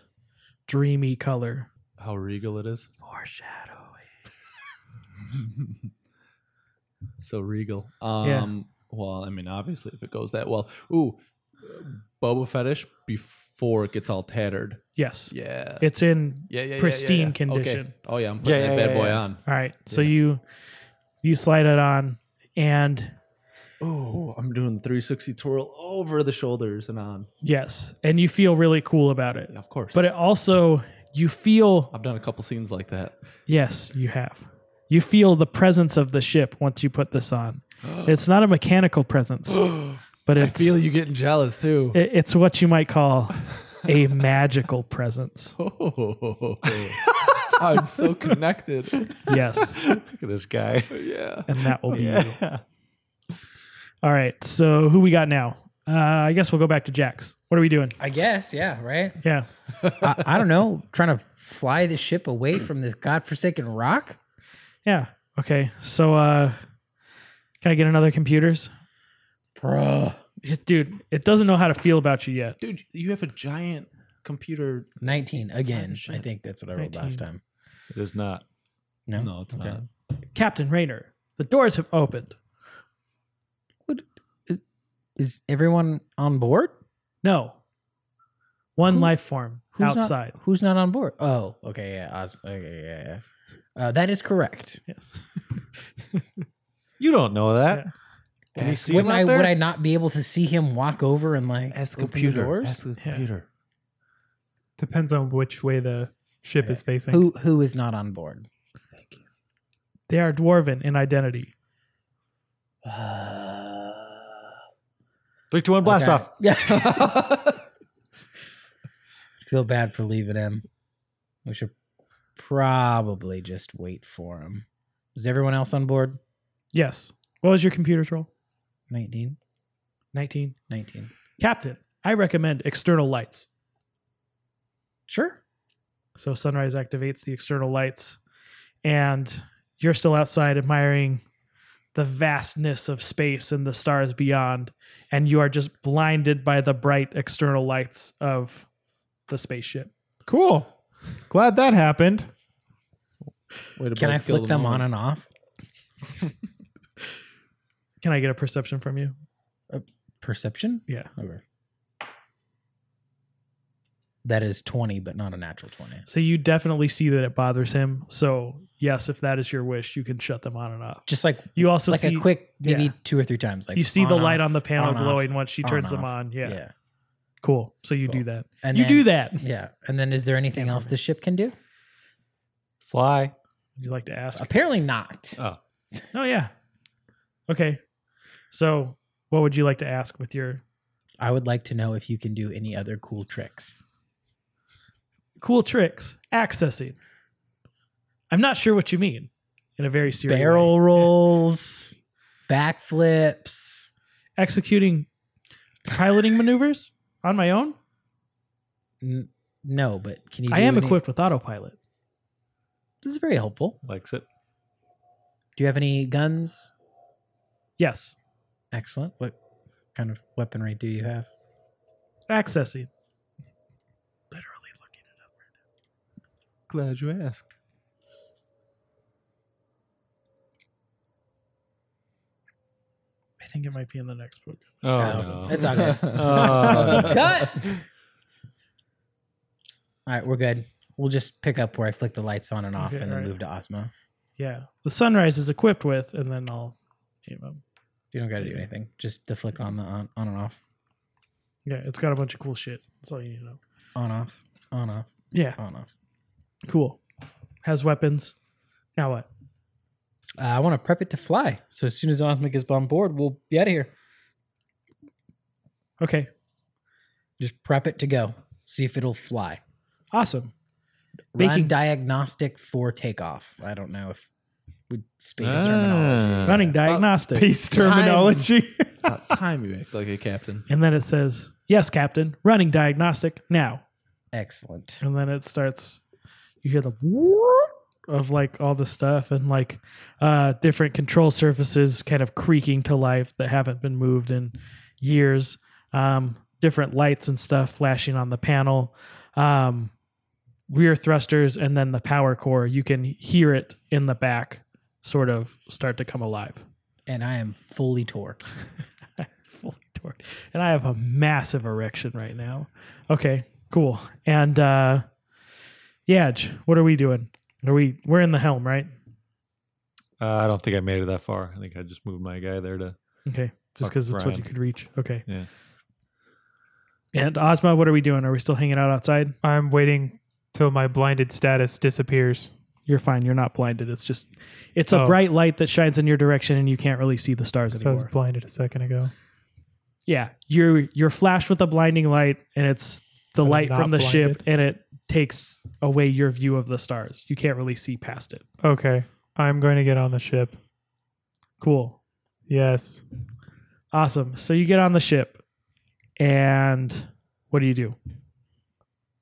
Speaker 1: dreamy color.
Speaker 2: How regal it is.
Speaker 1: Foreshadowing.
Speaker 2: So regal. Um
Speaker 1: Yeah.
Speaker 2: well, I mean, obviously if it goes that well. Ooh, Boba fetish before it gets all tattered.
Speaker 1: Yes,
Speaker 2: Yeah.
Speaker 1: it's in.
Speaker 2: yeah, yeah, yeah, yeah,
Speaker 1: pristine
Speaker 2: yeah. Okay.
Speaker 1: condition.
Speaker 2: Oh yeah, I'm putting
Speaker 5: Yeah,
Speaker 2: that
Speaker 5: yeah,
Speaker 2: bad
Speaker 5: yeah,
Speaker 2: boy
Speaker 5: yeah.
Speaker 2: on.
Speaker 1: All right, so
Speaker 2: Yeah.
Speaker 1: you you slide it on, and
Speaker 2: Oh, I'm doing the 360 twirl over the shoulders and on.
Speaker 1: yes, and you feel really cool about it.
Speaker 2: Yeah, of course.
Speaker 1: But it also you feel
Speaker 2: I've done a couple scenes like that.
Speaker 1: Yes, you have. You feel the presence of the ship once you put this on. it's not a mechanical presence, but
Speaker 2: I
Speaker 1: it's
Speaker 2: feel you getting jealous too.
Speaker 1: it- it's what you might call a magical presence.
Speaker 2: Oh, I'm so connected.
Speaker 1: Yes,
Speaker 5: Look at this guy.
Speaker 2: yeah.
Speaker 1: and that will be you. All right. So who we got now? Uh, I guess we'll go back to Jax. What are we doing?
Speaker 3: I guess, yeah, right.
Speaker 1: Yeah.
Speaker 3: I, I don't know. Trying to fly the ship away from this godforsaken rock.
Speaker 1: Yeah. Okay. So uh can I get another computers?
Speaker 3: Bruh.
Speaker 1: It, dude, it doesn't know how to feel about you yet.
Speaker 2: Dude, you have a giant computer.
Speaker 3: 19 again.
Speaker 2: shit.
Speaker 3: I think that's what I rolled last
Speaker 1: 19.
Speaker 3: time.
Speaker 5: It is not.
Speaker 3: No.
Speaker 2: No, it's
Speaker 3: Okay.
Speaker 2: not.
Speaker 1: Captain Rayner, the doors have opened.
Speaker 3: Is everyone on board?
Speaker 1: No. One
Speaker 3: Who-
Speaker 1: life form
Speaker 3: Who's not-
Speaker 1: outside.
Speaker 3: who's not on board? Oh, okay, yeah. Oz, okay, yeah, yeah. Uh, that is correct.
Speaker 1: Yes.
Speaker 5: You don't know that.
Speaker 1: Yeah.
Speaker 5: Can he see
Speaker 3: Wouldn't
Speaker 5: him out
Speaker 3: I,
Speaker 5: there?
Speaker 3: would I not be able to see him walk over and like
Speaker 2: Ask the
Speaker 3: open
Speaker 2: computer.
Speaker 3: doors?
Speaker 2: Ask the
Speaker 1: Yeah.
Speaker 2: computer.
Speaker 4: Depends on which way the ship is facing.
Speaker 3: Who who is not on board?
Speaker 1: They are dwarven in identity.
Speaker 5: Three, two, one, blast
Speaker 3: Okay.
Speaker 5: off.
Speaker 3: Yeah. Feel bad for leaving him. We should probably just wait for him. Is everyone else on board?
Speaker 1: Yes. What was your computer's roll?
Speaker 3: 19?
Speaker 1: 19.
Speaker 3: 19.
Speaker 1: Captain, I recommend external lights.
Speaker 3: Sure.
Speaker 1: So Sunrise activates the external lights, and you're still outside admiring the vastness of space and the stars beyond, and you are just blinded by the bright external lights of the spaceship.
Speaker 4: Cool. Glad that happened.
Speaker 2: Way to
Speaker 3: Can I
Speaker 2: buzzkill
Speaker 3: flick
Speaker 2: the
Speaker 3: them on
Speaker 2: moment.
Speaker 3: and off?
Speaker 1: Can I get a perception from you?
Speaker 3: Perception?
Speaker 1: Yeah.
Speaker 3: Over. That is 20, but not a natural 20.
Speaker 1: So you definitely see that it bothers him. So yes, if that is your wish, you can shut them on and off.
Speaker 3: Just like
Speaker 1: You also
Speaker 3: like
Speaker 1: see
Speaker 3: a quick maybe
Speaker 1: yeah.
Speaker 3: two or three times. Like
Speaker 1: you see the
Speaker 3: on,
Speaker 1: light
Speaker 3: off,
Speaker 1: on the panel
Speaker 3: off,
Speaker 1: glowing once she
Speaker 3: on,
Speaker 1: turns them
Speaker 3: off.
Speaker 1: on. Yeah.
Speaker 3: yeah.
Speaker 1: Cool. So you do
Speaker 3: Cool.
Speaker 1: that.
Speaker 3: And
Speaker 1: you
Speaker 3: then,
Speaker 1: do that. Would
Speaker 3: Yeah. And then is there anything else this ship can do?
Speaker 5: Fly.
Speaker 1: you like to ask?
Speaker 3: Apparently not.
Speaker 1: Oh yeah. Okay. So what would you like to ask with your
Speaker 3: I would like to know if you can do any other cool tricks.
Speaker 1: cool tricks? Accessing. I'm not sure what you mean in a very serious
Speaker 3: Barrel rolls, backflips.
Speaker 1: executing piloting maneuvers on my own.
Speaker 3: N- no, but can you?
Speaker 1: I
Speaker 3: do
Speaker 1: am
Speaker 3: any-
Speaker 1: equipped with autopilot.
Speaker 3: This is very helpful.
Speaker 5: Likes it.
Speaker 3: Do you have any guns?
Speaker 1: Yes.
Speaker 3: Excellent. What kind of weaponry do you have?
Speaker 1: Accessing.
Speaker 3: Literally looking.
Speaker 2: Glad you asked.
Speaker 1: I think it might be in the next book.
Speaker 5: Oh,
Speaker 3: Oh,
Speaker 5: no.
Speaker 3: It's okay.
Speaker 5: Uh,
Speaker 3: Cut. All right, we're good. We'll just pick up where I flick the lights on and off,
Speaker 1: Okay,
Speaker 3: and then
Speaker 1: all right.
Speaker 3: move to Osmo.
Speaker 1: Yeah. The sunrise is equipped with, and then I'll name them.
Speaker 3: You don't got to do anything. Just the flick on the on, on and off,
Speaker 1: Yeah, it's got a bunch of cool shit. That's all you need to know.
Speaker 3: on off, on off,
Speaker 1: Yeah.
Speaker 3: on off.
Speaker 1: Cool. Has weapons. Now what?
Speaker 3: Uh, I want to prep it to fly. So as soon as Osmo gets on board, we'll be out of here.
Speaker 1: Okay.
Speaker 3: Just prep it to go. See if it'll fly.
Speaker 1: Awesome.
Speaker 3: Run
Speaker 1: Baking-
Speaker 3: diagnostic for takeoff. I don't know if we space
Speaker 5: Ah.
Speaker 3: terminology.
Speaker 1: Running diagnostic.
Speaker 4: Space terminology.
Speaker 2: About time you act like a captain.
Speaker 1: And then it says, Yes, Captain, running diagnostic now.
Speaker 3: Excellent.
Speaker 1: And then it starts, you hear the whoop of like all the stuff and like uh, different control surfaces kind of creaking to life that haven't been moved in years. Um, different lights and stuff flashing on the panel. Um, rear thrusters and then the power core. You can hear it in the back sort of start to come alive.
Speaker 3: And I am fully torqued.
Speaker 1: fully torqued. And I have a massive erection right now. Okay, cool. And uh Yaj, what are we doing? Are we we're in the helm, right?
Speaker 5: uh, I don't think I made it that far. I think I just moved my guy there to.
Speaker 1: Okay. Just
Speaker 5: Fuck
Speaker 1: because it's what you
Speaker 5: Brian.
Speaker 1: could reach. Okay.
Speaker 5: Yeah.
Speaker 1: And Ozma, what are we doing? Are we still hanging out outside?
Speaker 4: I'm waiting till my blinded status disappears.
Speaker 1: You're fine. You're not blinded. It's just it's a
Speaker 4: Oh.
Speaker 1: bright light that shines in your direction and you can't really see the stars
Speaker 4: So I was
Speaker 1: anymore.
Speaker 4: blinded a second ago.
Speaker 1: yeah. You're you're flashed with a blinding light and it's the
Speaker 4: But I'm
Speaker 1: light from the
Speaker 4: not
Speaker 1: ship and it takes away your view of the stars. You can't really see past it.
Speaker 4: Okay. I'm going to get on the ship.
Speaker 1: Cool.
Speaker 4: Yes.
Speaker 1: Awesome. So you get on the ship, and what do you do?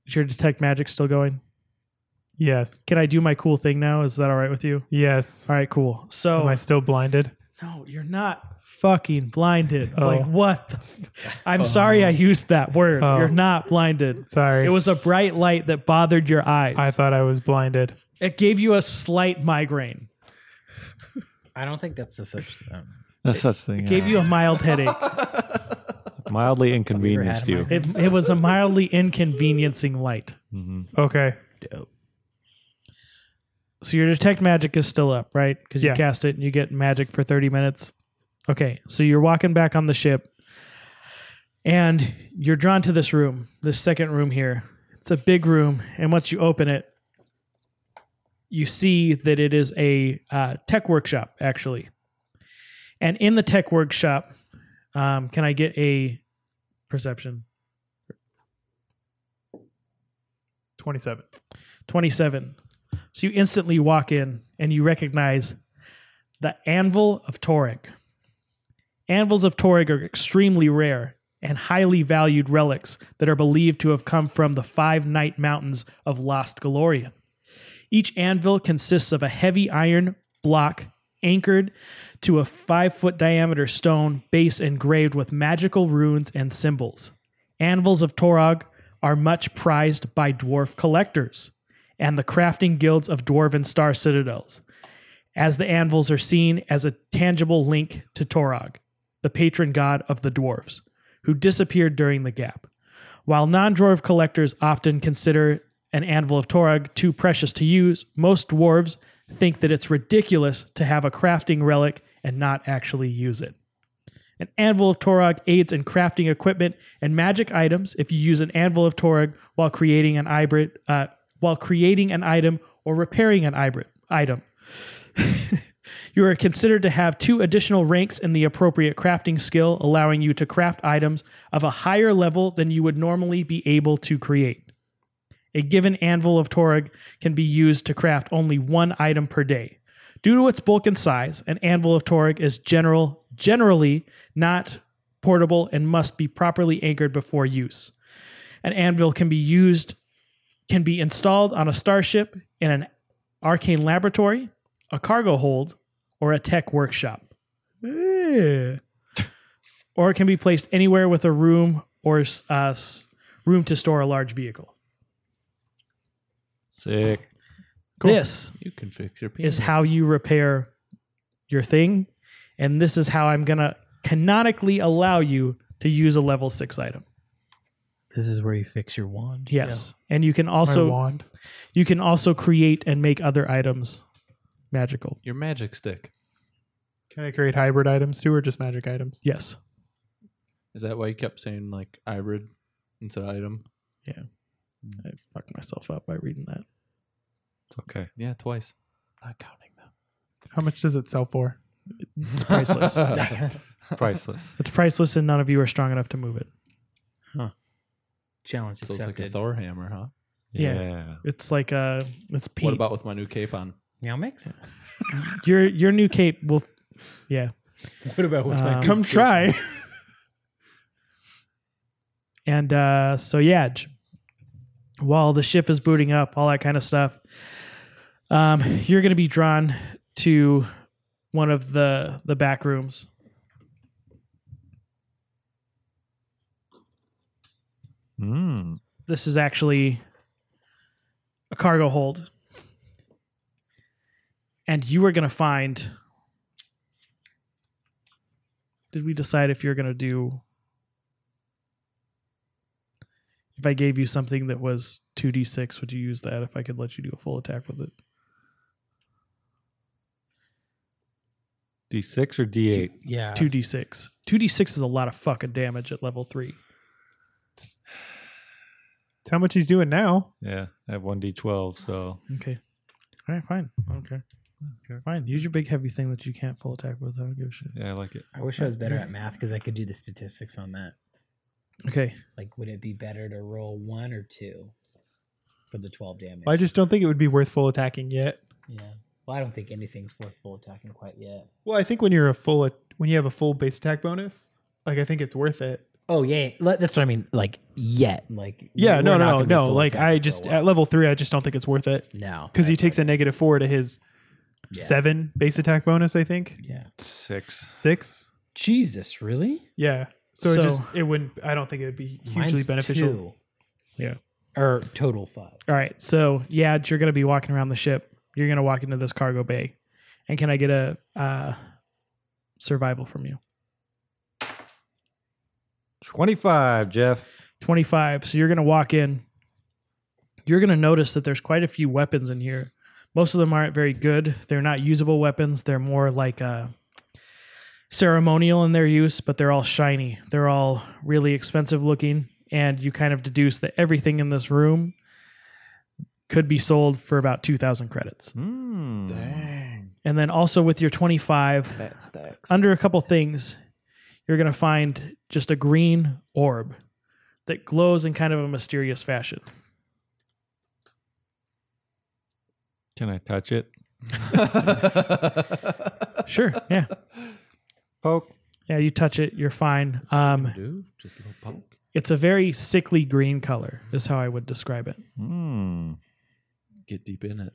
Speaker 1: Is your detect magic still going?
Speaker 4: Yes.
Speaker 1: Can I do my cool thing now? Is that all right with you?
Speaker 4: Yes.
Speaker 1: All right, cool.
Speaker 4: Am
Speaker 1: So
Speaker 4: I still blinded?
Speaker 1: no, you're not fucking blinded.
Speaker 4: Oh.
Speaker 1: Like what? The f- I'm sorry I used that word.
Speaker 4: Oh.
Speaker 1: You're not blinded.
Speaker 4: Sorry.
Speaker 1: It was a bright light that bothered your eyes.
Speaker 4: I thought I was blinded.
Speaker 1: it gave you a slight migraine.
Speaker 3: I don't think that's a such. Um,
Speaker 5: That's such thing.
Speaker 1: It gave you a mild headache.
Speaker 5: mildly inconvenienced you.
Speaker 1: It, it was a mildly inconveniencing light.
Speaker 5: hmm
Speaker 4: Okay.
Speaker 1: So your detect magic is still up, right? Because you
Speaker 4: Yeah.
Speaker 1: cast it and you get magic for 30 minutes. Okay. So you're walking back on the ship and you're drawn to this room, this second room here. It's a big room. And once you open it, you see that it is a uh, tech workshop, actually. And in the tech workshop, um, can I get a perception?
Speaker 4: 27.
Speaker 1: 27. So you instantly walk in and you recognize the Anvil of Toreg. Anvils of Toreg are extremely rare and highly valued relics that are believed to have come from the Five Night Mountains of Lost Galorian. Each anvil consists of a heavy iron block anchored to a five foot diameter stone base engraved with magical runes and symbols. Anvils of Torog are much prized by dwarf collectors and the crafting guilds of dwarven star citadels, as the anvils are seen as a tangible link to Torog, the patron god of the dwarves, who disappeared during the gap. While non dwarf collectors often consider an anvil of Torog too precious to use, most dwarves think that it's ridiculous to have a crafting relic and not actually use it. An anvil of Torog aids in crafting equipment and magic items if you use an anvil of Torog while creating an hybrid, uh, while creating an item or repairing an hybrid item. You are considered to have two additional ranks in the appropriate crafting skill, allowing you to craft items of a higher level than you would normally be able to create. A given anvil of Torag can be used to craft only one item per day. Due to its bulk and size, an anvil of Torag is general generally not portable and must be properly anchored before use. An anvil can be used can be installed on a starship in an arcane laboratory, a cargo hold, or a tech workshop. Eh.
Speaker 4: Yeah.
Speaker 1: Or it can be placed anywhere with a room or uh, s- room to store a large vehicle.
Speaker 5: Sick.
Speaker 1: This
Speaker 2: You can fix your penis.
Speaker 1: is how you repair your thing, and this is how I'm gonna canonically allow you to use a level six item.
Speaker 3: This is where you fix your wand.
Speaker 1: Yes, and you can
Speaker 4: My
Speaker 1: also
Speaker 4: wand.
Speaker 1: you can also create and make other items magical.
Speaker 2: your magic stick.
Speaker 4: Can I create hybrid items too, or just magic items?
Speaker 1: Yes,
Speaker 2: Is that why you kept saying like hybrid instead of item?
Speaker 1: I fucked myself up by reading that.
Speaker 5: It's okay.
Speaker 2: Yeah, twice. Not counting them.
Speaker 4: How much does it sell for?
Speaker 1: It's priceless.
Speaker 5: Priceless.
Speaker 1: it's priceless, and none of you are strong enough to move it.
Speaker 3: Challenge
Speaker 2: so it's like a
Speaker 3: accepted.
Speaker 2: Thor hammer, huh?
Speaker 1: Yeah.
Speaker 5: yeah.
Speaker 1: It's like uh it's Pete.
Speaker 2: What about with my new cape on?
Speaker 3: Meow mix.
Speaker 1: your your new cape? Will yeah.
Speaker 3: What about with
Speaker 1: Um,
Speaker 4: Come try.
Speaker 1: And uh, so, yeah, j- while the ship is booting up, all that kind of stuff, um, you're going to be drawn to one of the the back rooms.
Speaker 5: Mm.
Speaker 1: This is actually a cargo hold, and you are going to find. Did we decide if you're going to do? If I gave you something that was 2d6, would you use that if I could let you do a full attack with it?
Speaker 5: D6 or D8?
Speaker 3: Yeah.
Speaker 1: two d six. Two d six is a lot of fucking damage at level three.
Speaker 4: It's how much he's doing now.
Speaker 5: Yeah. I have one D12, so
Speaker 1: Okay. All right, fine. Okay. Okay. Fine. Use your big heavy thing that you can't full attack with. I don't give a shit.
Speaker 5: yeah, I like it.
Speaker 3: I wish I was better at math because I could do the statistics on that.
Speaker 1: Okay.
Speaker 3: Like, would it be better to roll one or two for the 12 damage?
Speaker 4: I just don't think it would be worth full attacking yet.
Speaker 3: yeah. Well, I don't think anything's worth full attacking quite yet.
Speaker 4: Well, I think when you're a full when you have a full base attack bonus, like I think it's worth it.
Speaker 3: Oh, yeah. le- That's what I mean. Like, yet. Like,
Speaker 4: Yeah,
Speaker 3: we're not
Speaker 4: no, no,
Speaker 3: gonna be
Speaker 4: no.
Speaker 3: full
Speaker 4: Like
Speaker 3: attacking for
Speaker 4: I
Speaker 3: a
Speaker 4: just
Speaker 3: while.
Speaker 4: at level three, I just don't think it's worth it
Speaker 3: no.
Speaker 4: because he
Speaker 3: that's
Speaker 4: takes a negative four to his
Speaker 3: Yeah.
Speaker 4: seven base attack bonus. I think
Speaker 3: what- Yeah.
Speaker 5: Six.
Speaker 4: six.
Speaker 3: Jesus, really?
Speaker 4: Yeah. So,
Speaker 1: So-
Speaker 4: it just it wouldn't. I don't think it would be hugely
Speaker 3: Mine's
Speaker 4: beneficial.
Speaker 3: two.
Speaker 1: Yeah.
Speaker 3: Or total five.
Speaker 1: All right. So yeah, you're gonna be walking around the ship. You're gonna walk into this cargo bay, and can I get a uh, survival from you?
Speaker 5: 25, Jeff.
Speaker 1: 25. So you're going to walk in. You're going to notice that there's quite a few weapons in here. Most of them aren't very good. They're not usable weapons. They're more like uh, ceremonial in their use, but they're all shiny. They're all really expensive looking. And you kind of deduce that everything in this room could be sold for about 2,000 credits.
Speaker 5: Mm.
Speaker 2: Dang.
Speaker 1: And then also with your 25,
Speaker 2: That stacks.
Speaker 1: under a couple things, you're going to find just a green orb that glows in kind of a mysterious fashion.
Speaker 5: Can I touch it?
Speaker 1: Sure. Yeah.
Speaker 5: Poke.
Speaker 1: Yeah. You touch it, you're fine. Um,
Speaker 2: Do just a little poke.
Speaker 1: it's a very sickly green color, is how I would describe it.
Speaker 5: Mm.
Speaker 2: Get deep in it.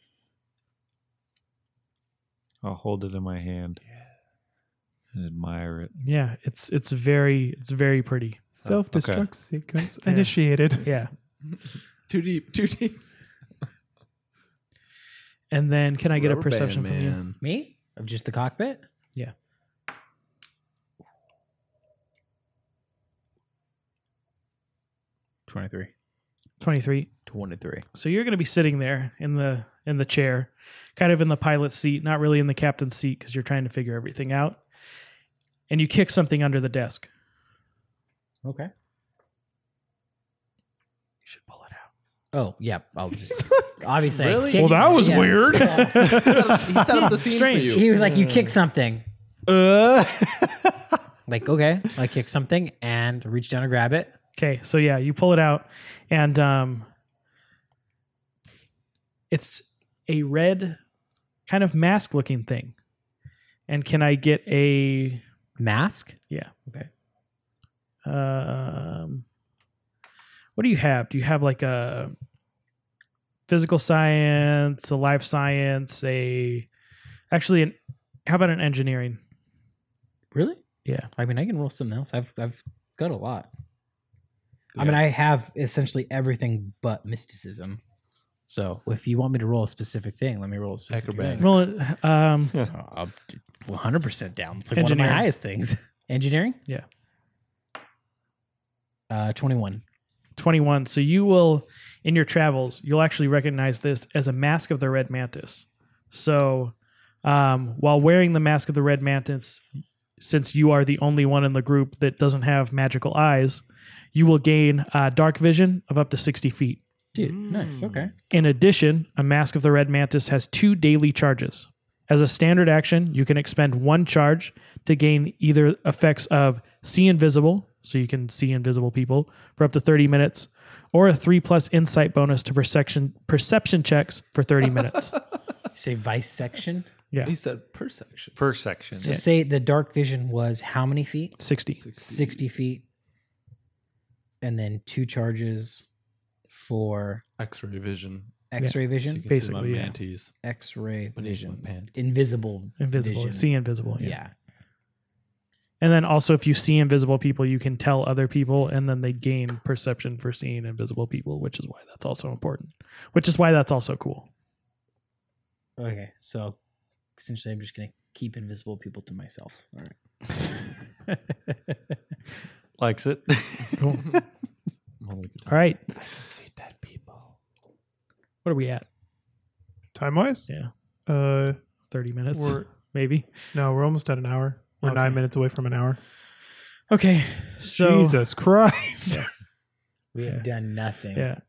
Speaker 5: I'll hold it in my hand and admire it.
Speaker 1: Yeah, it's it's very it's very pretty.
Speaker 4: Self destruct
Speaker 5: okay.
Speaker 4: sequence
Speaker 1: Uh, Yeah.
Speaker 4: initiated.
Speaker 1: Yeah.
Speaker 2: Too deep, too deep.
Speaker 1: And then can I get a
Speaker 2: Rubber band,
Speaker 1: perception from you?
Speaker 2: man.
Speaker 3: Me? Of just the cockpit?
Speaker 1: Yeah.
Speaker 3: Twenty-three.
Speaker 1: 23.
Speaker 3: Twenty-three.
Speaker 1: So you're going to be sitting there in the in the chair, kind of in the pilot's seat, not really in the captain's seat cuz you're trying to figure everything out. And you kick something under the desk.
Speaker 3: Okay.
Speaker 1: You should pull it out.
Speaker 3: Oh yeah, I'll just obviously. I
Speaker 2: Really?
Speaker 1: Well,
Speaker 3: kicked-
Speaker 1: that was
Speaker 3: yeah.
Speaker 1: weird.
Speaker 2: He set up the scene
Speaker 1: Ah, Strange.
Speaker 2: for you.
Speaker 3: He was like, "You kick something."
Speaker 5: Uh,
Speaker 3: Like okay, I kick something and reach down and grab it.
Speaker 1: Okay, so yeah, you pull it out, and um, it's a red, kind of mask-looking thing. And can I get a
Speaker 3: Mask.
Speaker 1: yeah?
Speaker 3: Okay.
Speaker 1: Um, what do you have? Do you have like a physical science, a life science, a actually an how about an engineering?
Speaker 3: Really?
Speaker 1: Yeah.
Speaker 3: I mean, I can roll something else. I've I've got a lot. I
Speaker 2: Yeah.
Speaker 3: mean, I have essentially everything but mysticism. So if you want me to roll a specific thing, let me roll a specific
Speaker 2: Acrobatics.
Speaker 3: thing.
Speaker 1: Well, um,
Speaker 3: Oh, I'm 100% down. It's like one of
Speaker 1: Engineering.
Speaker 3: my highest things. Engineering?
Speaker 1: Yeah.
Speaker 3: Uh, 21.
Speaker 1: 21. So you will, in your travels, you'll actually recognize this as a mask of the red mantis. So um, while wearing the mask of the red mantis, since you are the only one in the group that doesn't have magical eyes, you will gain uh, dark vision of up to 60 feet.
Speaker 3: Dude,
Speaker 1: Mm.
Speaker 3: nice. Okay.
Speaker 1: In addition, a Mask of the Red Mantis has two daily charges. As a standard action, you can expend one charge to gain either effects of See Invisible, so you can see invisible people for up to 30 minutes, or a 3 plus insight bonus to perception, perception checks for 30 minutes.
Speaker 3: You say visection?
Speaker 1: Yeah,
Speaker 2: He said per section.
Speaker 5: per section.
Speaker 3: So say the dark vision was how many feet?
Speaker 1: 60.
Speaker 3: 60 feet. And then two charges for
Speaker 2: X-ray vision.
Speaker 3: x-ray
Speaker 2: So you
Speaker 3: vision?
Speaker 2: can see my
Speaker 1: Basically, yeah.
Speaker 2: mantis
Speaker 3: X-ray
Speaker 2: beneath my
Speaker 3: vision.
Speaker 2: pants.
Speaker 3: Invisible.
Speaker 1: Invisible.
Speaker 3: vision.
Speaker 1: See invisible. Oh, Yeah.
Speaker 3: Yeah.
Speaker 1: And then also, if you see invisible people, you can tell other people, and then they gain perception for seeing invisible people, which is why that's also important, which is why that's also cool.
Speaker 3: Okay. So essentially, I'm just going to keep invisible people to myself. All right.
Speaker 5: Likes it.
Speaker 1: All right. I can see dead people. What are we at?
Speaker 4: Time wise?
Speaker 1: Yeah.
Speaker 4: Uh,
Speaker 1: 30 minutes?
Speaker 4: We're-
Speaker 1: maybe.
Speaker 4: no, we're almost at an hour. We're
Speaker 1: Okay.
Speaker 4: nine minutes away from an hour.
Speaker 1: Okay. So,
Speaker 4: Jesus Christ.
Speaker 3: We have done nothing.
Speaker 1: yeah.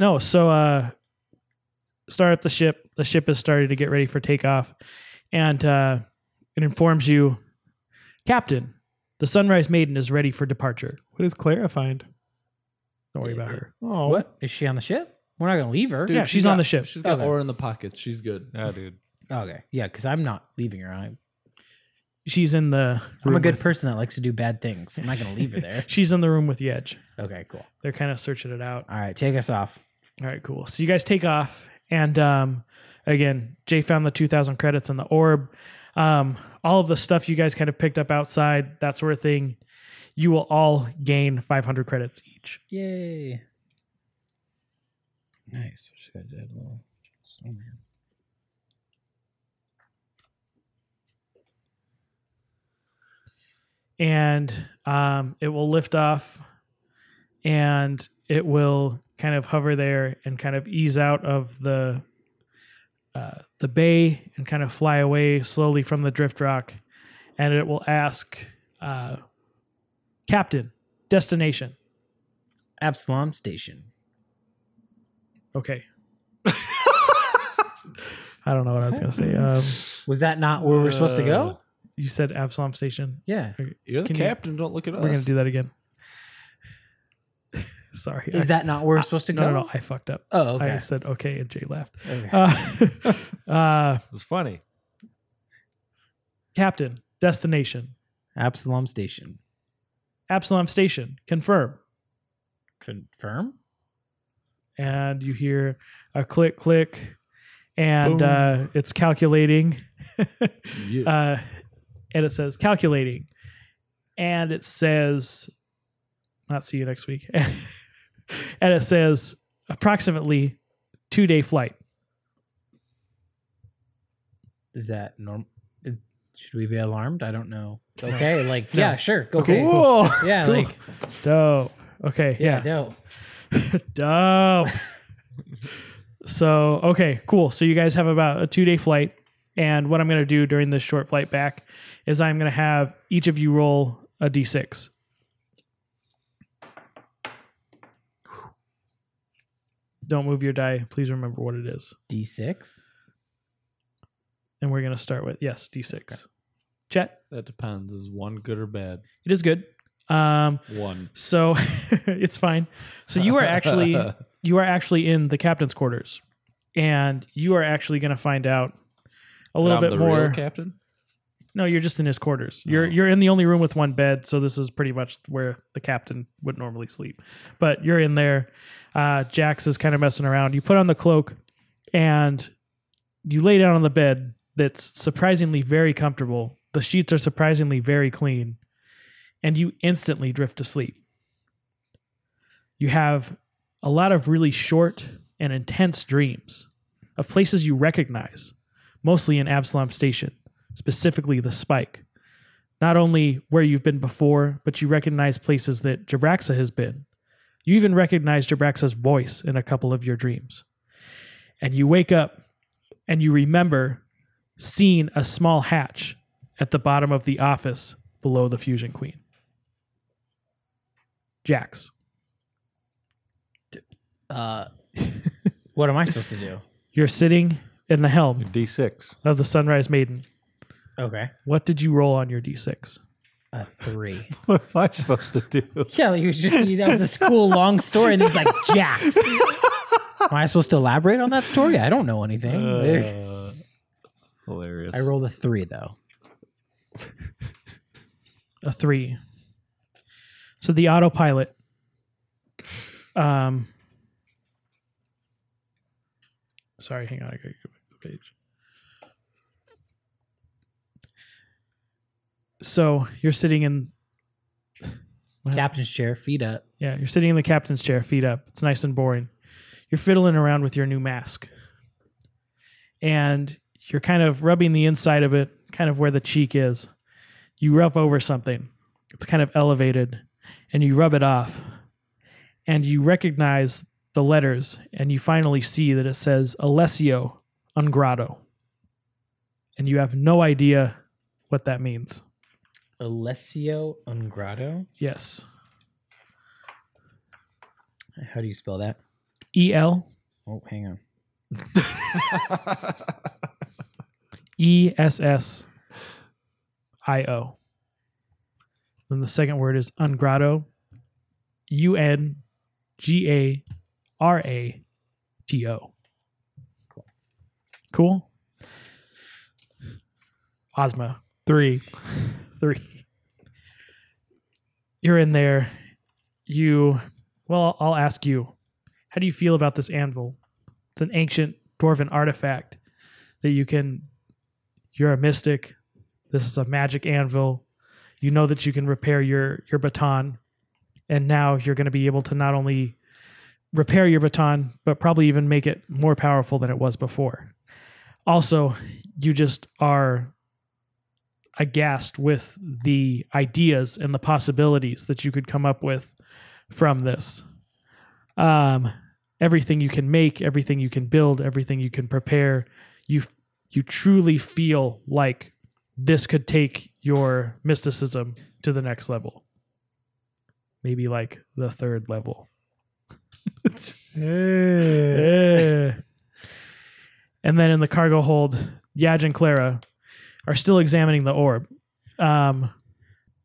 Speaker 1: No, so uh start up the ship. The ship is starting to get ready for takeoff and uh it informs you, "Captain, the Sunrise Maiden is ready for departure."
Speaker 4: What is Clara find?
Speaker 1: Don't worry about her.
Speaker 4: Oh,
Speaker 3: What? Is she on the ship? We're not going to leave her.
Speaker 1: Yeah, she's on
Speaker 2: got-
Speaker 1: the ship.
Speaker 2: She's got
Speaker 3: Okay.
Speaker 2: aura in the pocket. She's good.
Speaker 5: yeah, dude.
Speaker 3: Okay. Yeah, because I'm not leaving her. I'm,
Speaker 1: She's in the
Speaker 3: I'm a
Speaker 1: room
Speaker 3: good
Speaker 1: with-
Speaker 3: person that likes to do bad things. I'm not going to leave her there.
Speaker 1: She's in the room with Yedge.
Speaker 3: Okay, cool.
Speaker 1: They're kind of searching it out.
Speaker 3: All right, take us off.
Speaker 1: All right, cool. So you guys take off, and um, again, Jay found the two thousand credits in the orb. Um, all of the stuff you guys kind of picked up outside, that sort of thing. You will all gain five hundred credits each.
Speaker 3: Yay. Nice. Just gotta do that little snowman.
Speaker 1: and um, it will lift off and it will kind of hover there and kind of ease out of the uh, the bay and kind of fly away slowly from the drift rock and it will ask uh, captain destination
Speaker 3: Absalom Station.
Speaker 1: okay i don't know what i was going to say um,
Speaker 3: Was that not where we're supposed to
Speaker 1: Uh,
Speaker 3: go?
Speaker 1: you said absalom station
Speaker 3: Yeah.
Speaker 2: You're the
Speaker 1: Can you-
Speaker 2: captain. Don't look at us.
Speaker 1: we're going to do that again sorry
Speaker 3: Is that not where we're supposed to
Speaker 1: no,
Speaker 3: go?
Speaker 1: no no i fucked up
Speaker 3: Oh, okay.
Speaker 1: I said okay, and Jay laughed.
Speaker 3: okay.
Speaker 1: Uh, uh,
Speaker 5: It was funny.
Speaker 1: Captain, destination,
Speaker 3: Absalom Station.
Speaker 1: Absalom Station, confirm.
Speaker 3: Confirm?
Speaker 1: And you hear a click, click, and
Speaker 2: Boom.
Speaker 1: uh, it's calculating.
Speaker 2: Yeah.
Speaker 1: uh, and it says calculating, and it says, "Not see you next week," and it says approximately two day flight.
Speaker 3: Is that normal? Should we be alarmed? I don't know. Okay, like
Speaker 1: No.
Speaker 3: yeah, sure, go okay, cool. Yeah,
Speaker 1: Cool.
Speaker 3: like
Speaker 1: Dope. Okay.
Speaker 3: yeah,
Speaker 1: Yeah.
Speaker 3: no.
Speaker 1: Dope. so okay, cool. So you guys have about a two day flight, and what I'm going to do during this short flight back is I'm going to have each of you roll a d6. Don't move your die. Please remember what it is.
Speaker 3: D six.
Speaker 1: And we're going to start with, yes, D6. Chat,
Speaker 2: That depends. Is one good or bad?
Speaker 1: it is good. Um,
Speaker 2: One.
Speaker 1: so it's fine. So you are actually you are actually in the captain's quarters and you are actually going to find out a little
Speaker 2: I'm
Speaker 1: bit
Speaker 2: the
Speaker 1: more
Speaker 2: real captain.
Speaker 1: no you're just in his quarters you're
Speaker 2: Oh.
Speaker 1: you're in the only room with one bed so this is pretty much where the captain would normally sleep but you're in there uh, jax is kind of messing around you put on the cloak and you lay down on the bed that's surprisingly very comfortable the sheets are surprisingly very clean and you instantly drift to sleep you have a lot of really short and intense dreams of places you recognize, mostly in Absalom Station, specifically the Spike. Not only where you've been before, but you recognize places that Jabraxa has been. You even recognize Jabraxa's voice in a couple of your dreams. And you wake up and you remember seeing a small hatch at the bottom of the office below the Fusion Queen. Jax.
Speaker 3: Uh, what am I supposed to do?
Speaker 1: You're sitting in the helm
Speaker 5: D6.
Speaker 1: of the Sunrise Maiden.
Speaker 3: Okay,
Speaker 1: What did you roll on your d6?
Speaker 3: a three.
Speaker 5: What am I supposed to do?
Speaker 3: Yeah, like, it was just that was a school long story, and he's like Jax. Am I supposed to elaborate on that story? I don't know anything.
Speaker 5: Uh, hilarious.
Speaker 3: I rolled a three though.
Speaker 1: A three. So the autopilot. Um. Sorry, hang on. I gotta go back to the page. So you're sitting in, Wow.
Speaker 3: Captain's chair, feet up.
Speaker 1: yeah, you're sitting in the captain's chair, feet up. It's nice and boring. You're fiddling around with your new mask, and you're kind of rubbing the inside of it, kind of where the cheek is. you rub over something. It's kind of elevated and you rub it off and you recognize the letters and you finally see that it says Alessio Ungrado. And you have no idea what that means.
Speaker 3: Alessio Ungrado.
Speaker 1: Yes.
Speaker 3: How do you spell that?
Speaker 1: E L
Speaker 3: Oh, hang on.
Speaker 1: E S S I O. Then the second word is ungrado. U N G A R A T O. Cool. Ozma. Three. Three. You're in there. You, well, I'll ask you. How do you feel about this anvil? It's an ancient dwarven artifact that you can you're a mystic. This is a magic anvil. You know that you can repair your your baton, and now you're going to be able to not only repair your baton, but probably even make it more powerful than it was before. Also, you just are aghast with the ideas and the possibilities that you could come up with from this. Um, everything you can make, everything you can build, everything you can prepare, you you truly feel like this could take your mysticism to the next level. Maybe like the third level. Eh. And then in the cargo hold, Yaj and Clara are still examining the orb. Um,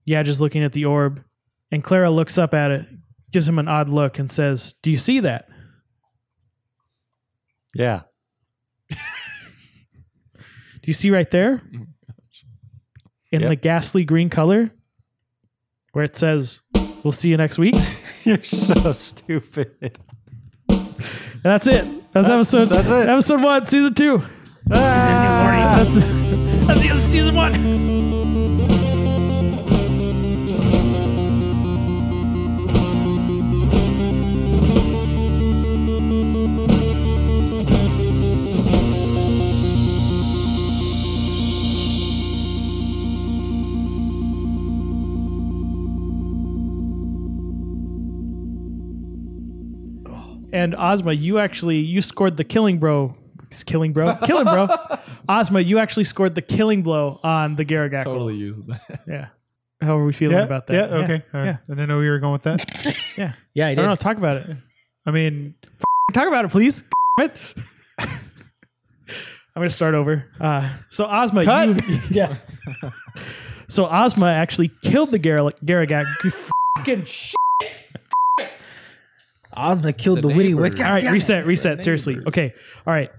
Speaker 1: Yaj is looking at the orb, and Clara looks up at it, gives him an odd look, and says, Do you see that?
Speaker 5: yeah.
Speaker 1: Do you see right there? In
Speaker 5: Yep.
Speaker 1: the ghastly green color where it says, We'll see you next week. And
Speaker 5: You're so stupid.
Speaker 1: that's it. That's episode.
Speaker 5: That's it.
Speaker 1: Episode one, season two. That's, that's the end of season one. And Ozma, you actually you scored the killing bro, killing bro, killing bro. Ozma, you actually scored the killing blow on the Garagackle.
Speaker 2: Totally using that.
Speaker 1: Yeah. How are we feeling
Speaker 4: yeah,
Speaker 1: about
Speaker 4: yeah,
Speaker 1: that?
Speaker 4: okay.
Speaker 1: Yeah.
Speaker 4: All right.
Speaker 1: yeah.
Speaker 4: I didn't know where you were going with that.
Speaker 1: yeah.
Speaker 3: Yeah, I
Speaker 1: I don't know.
Speaker 3: did.
Speaker 1: Talk about it.
Speaker 4: I mean,
Speaker 1: Talk about it, please. It. I'm going to start over. Uh, so Ozma, you,
Speaker 3: Yeah.
Speaker 1: so Ozma actually killed the Gar- Garagak. Fucking shit.
Speaker 3: Osma killed the,
Speaker 2: The
Speaker 3: witty
Speaker 2: neighbors.
Speaker 3: witch.
Speaker 1: All right, reset, reset. Seriously, okay. All right.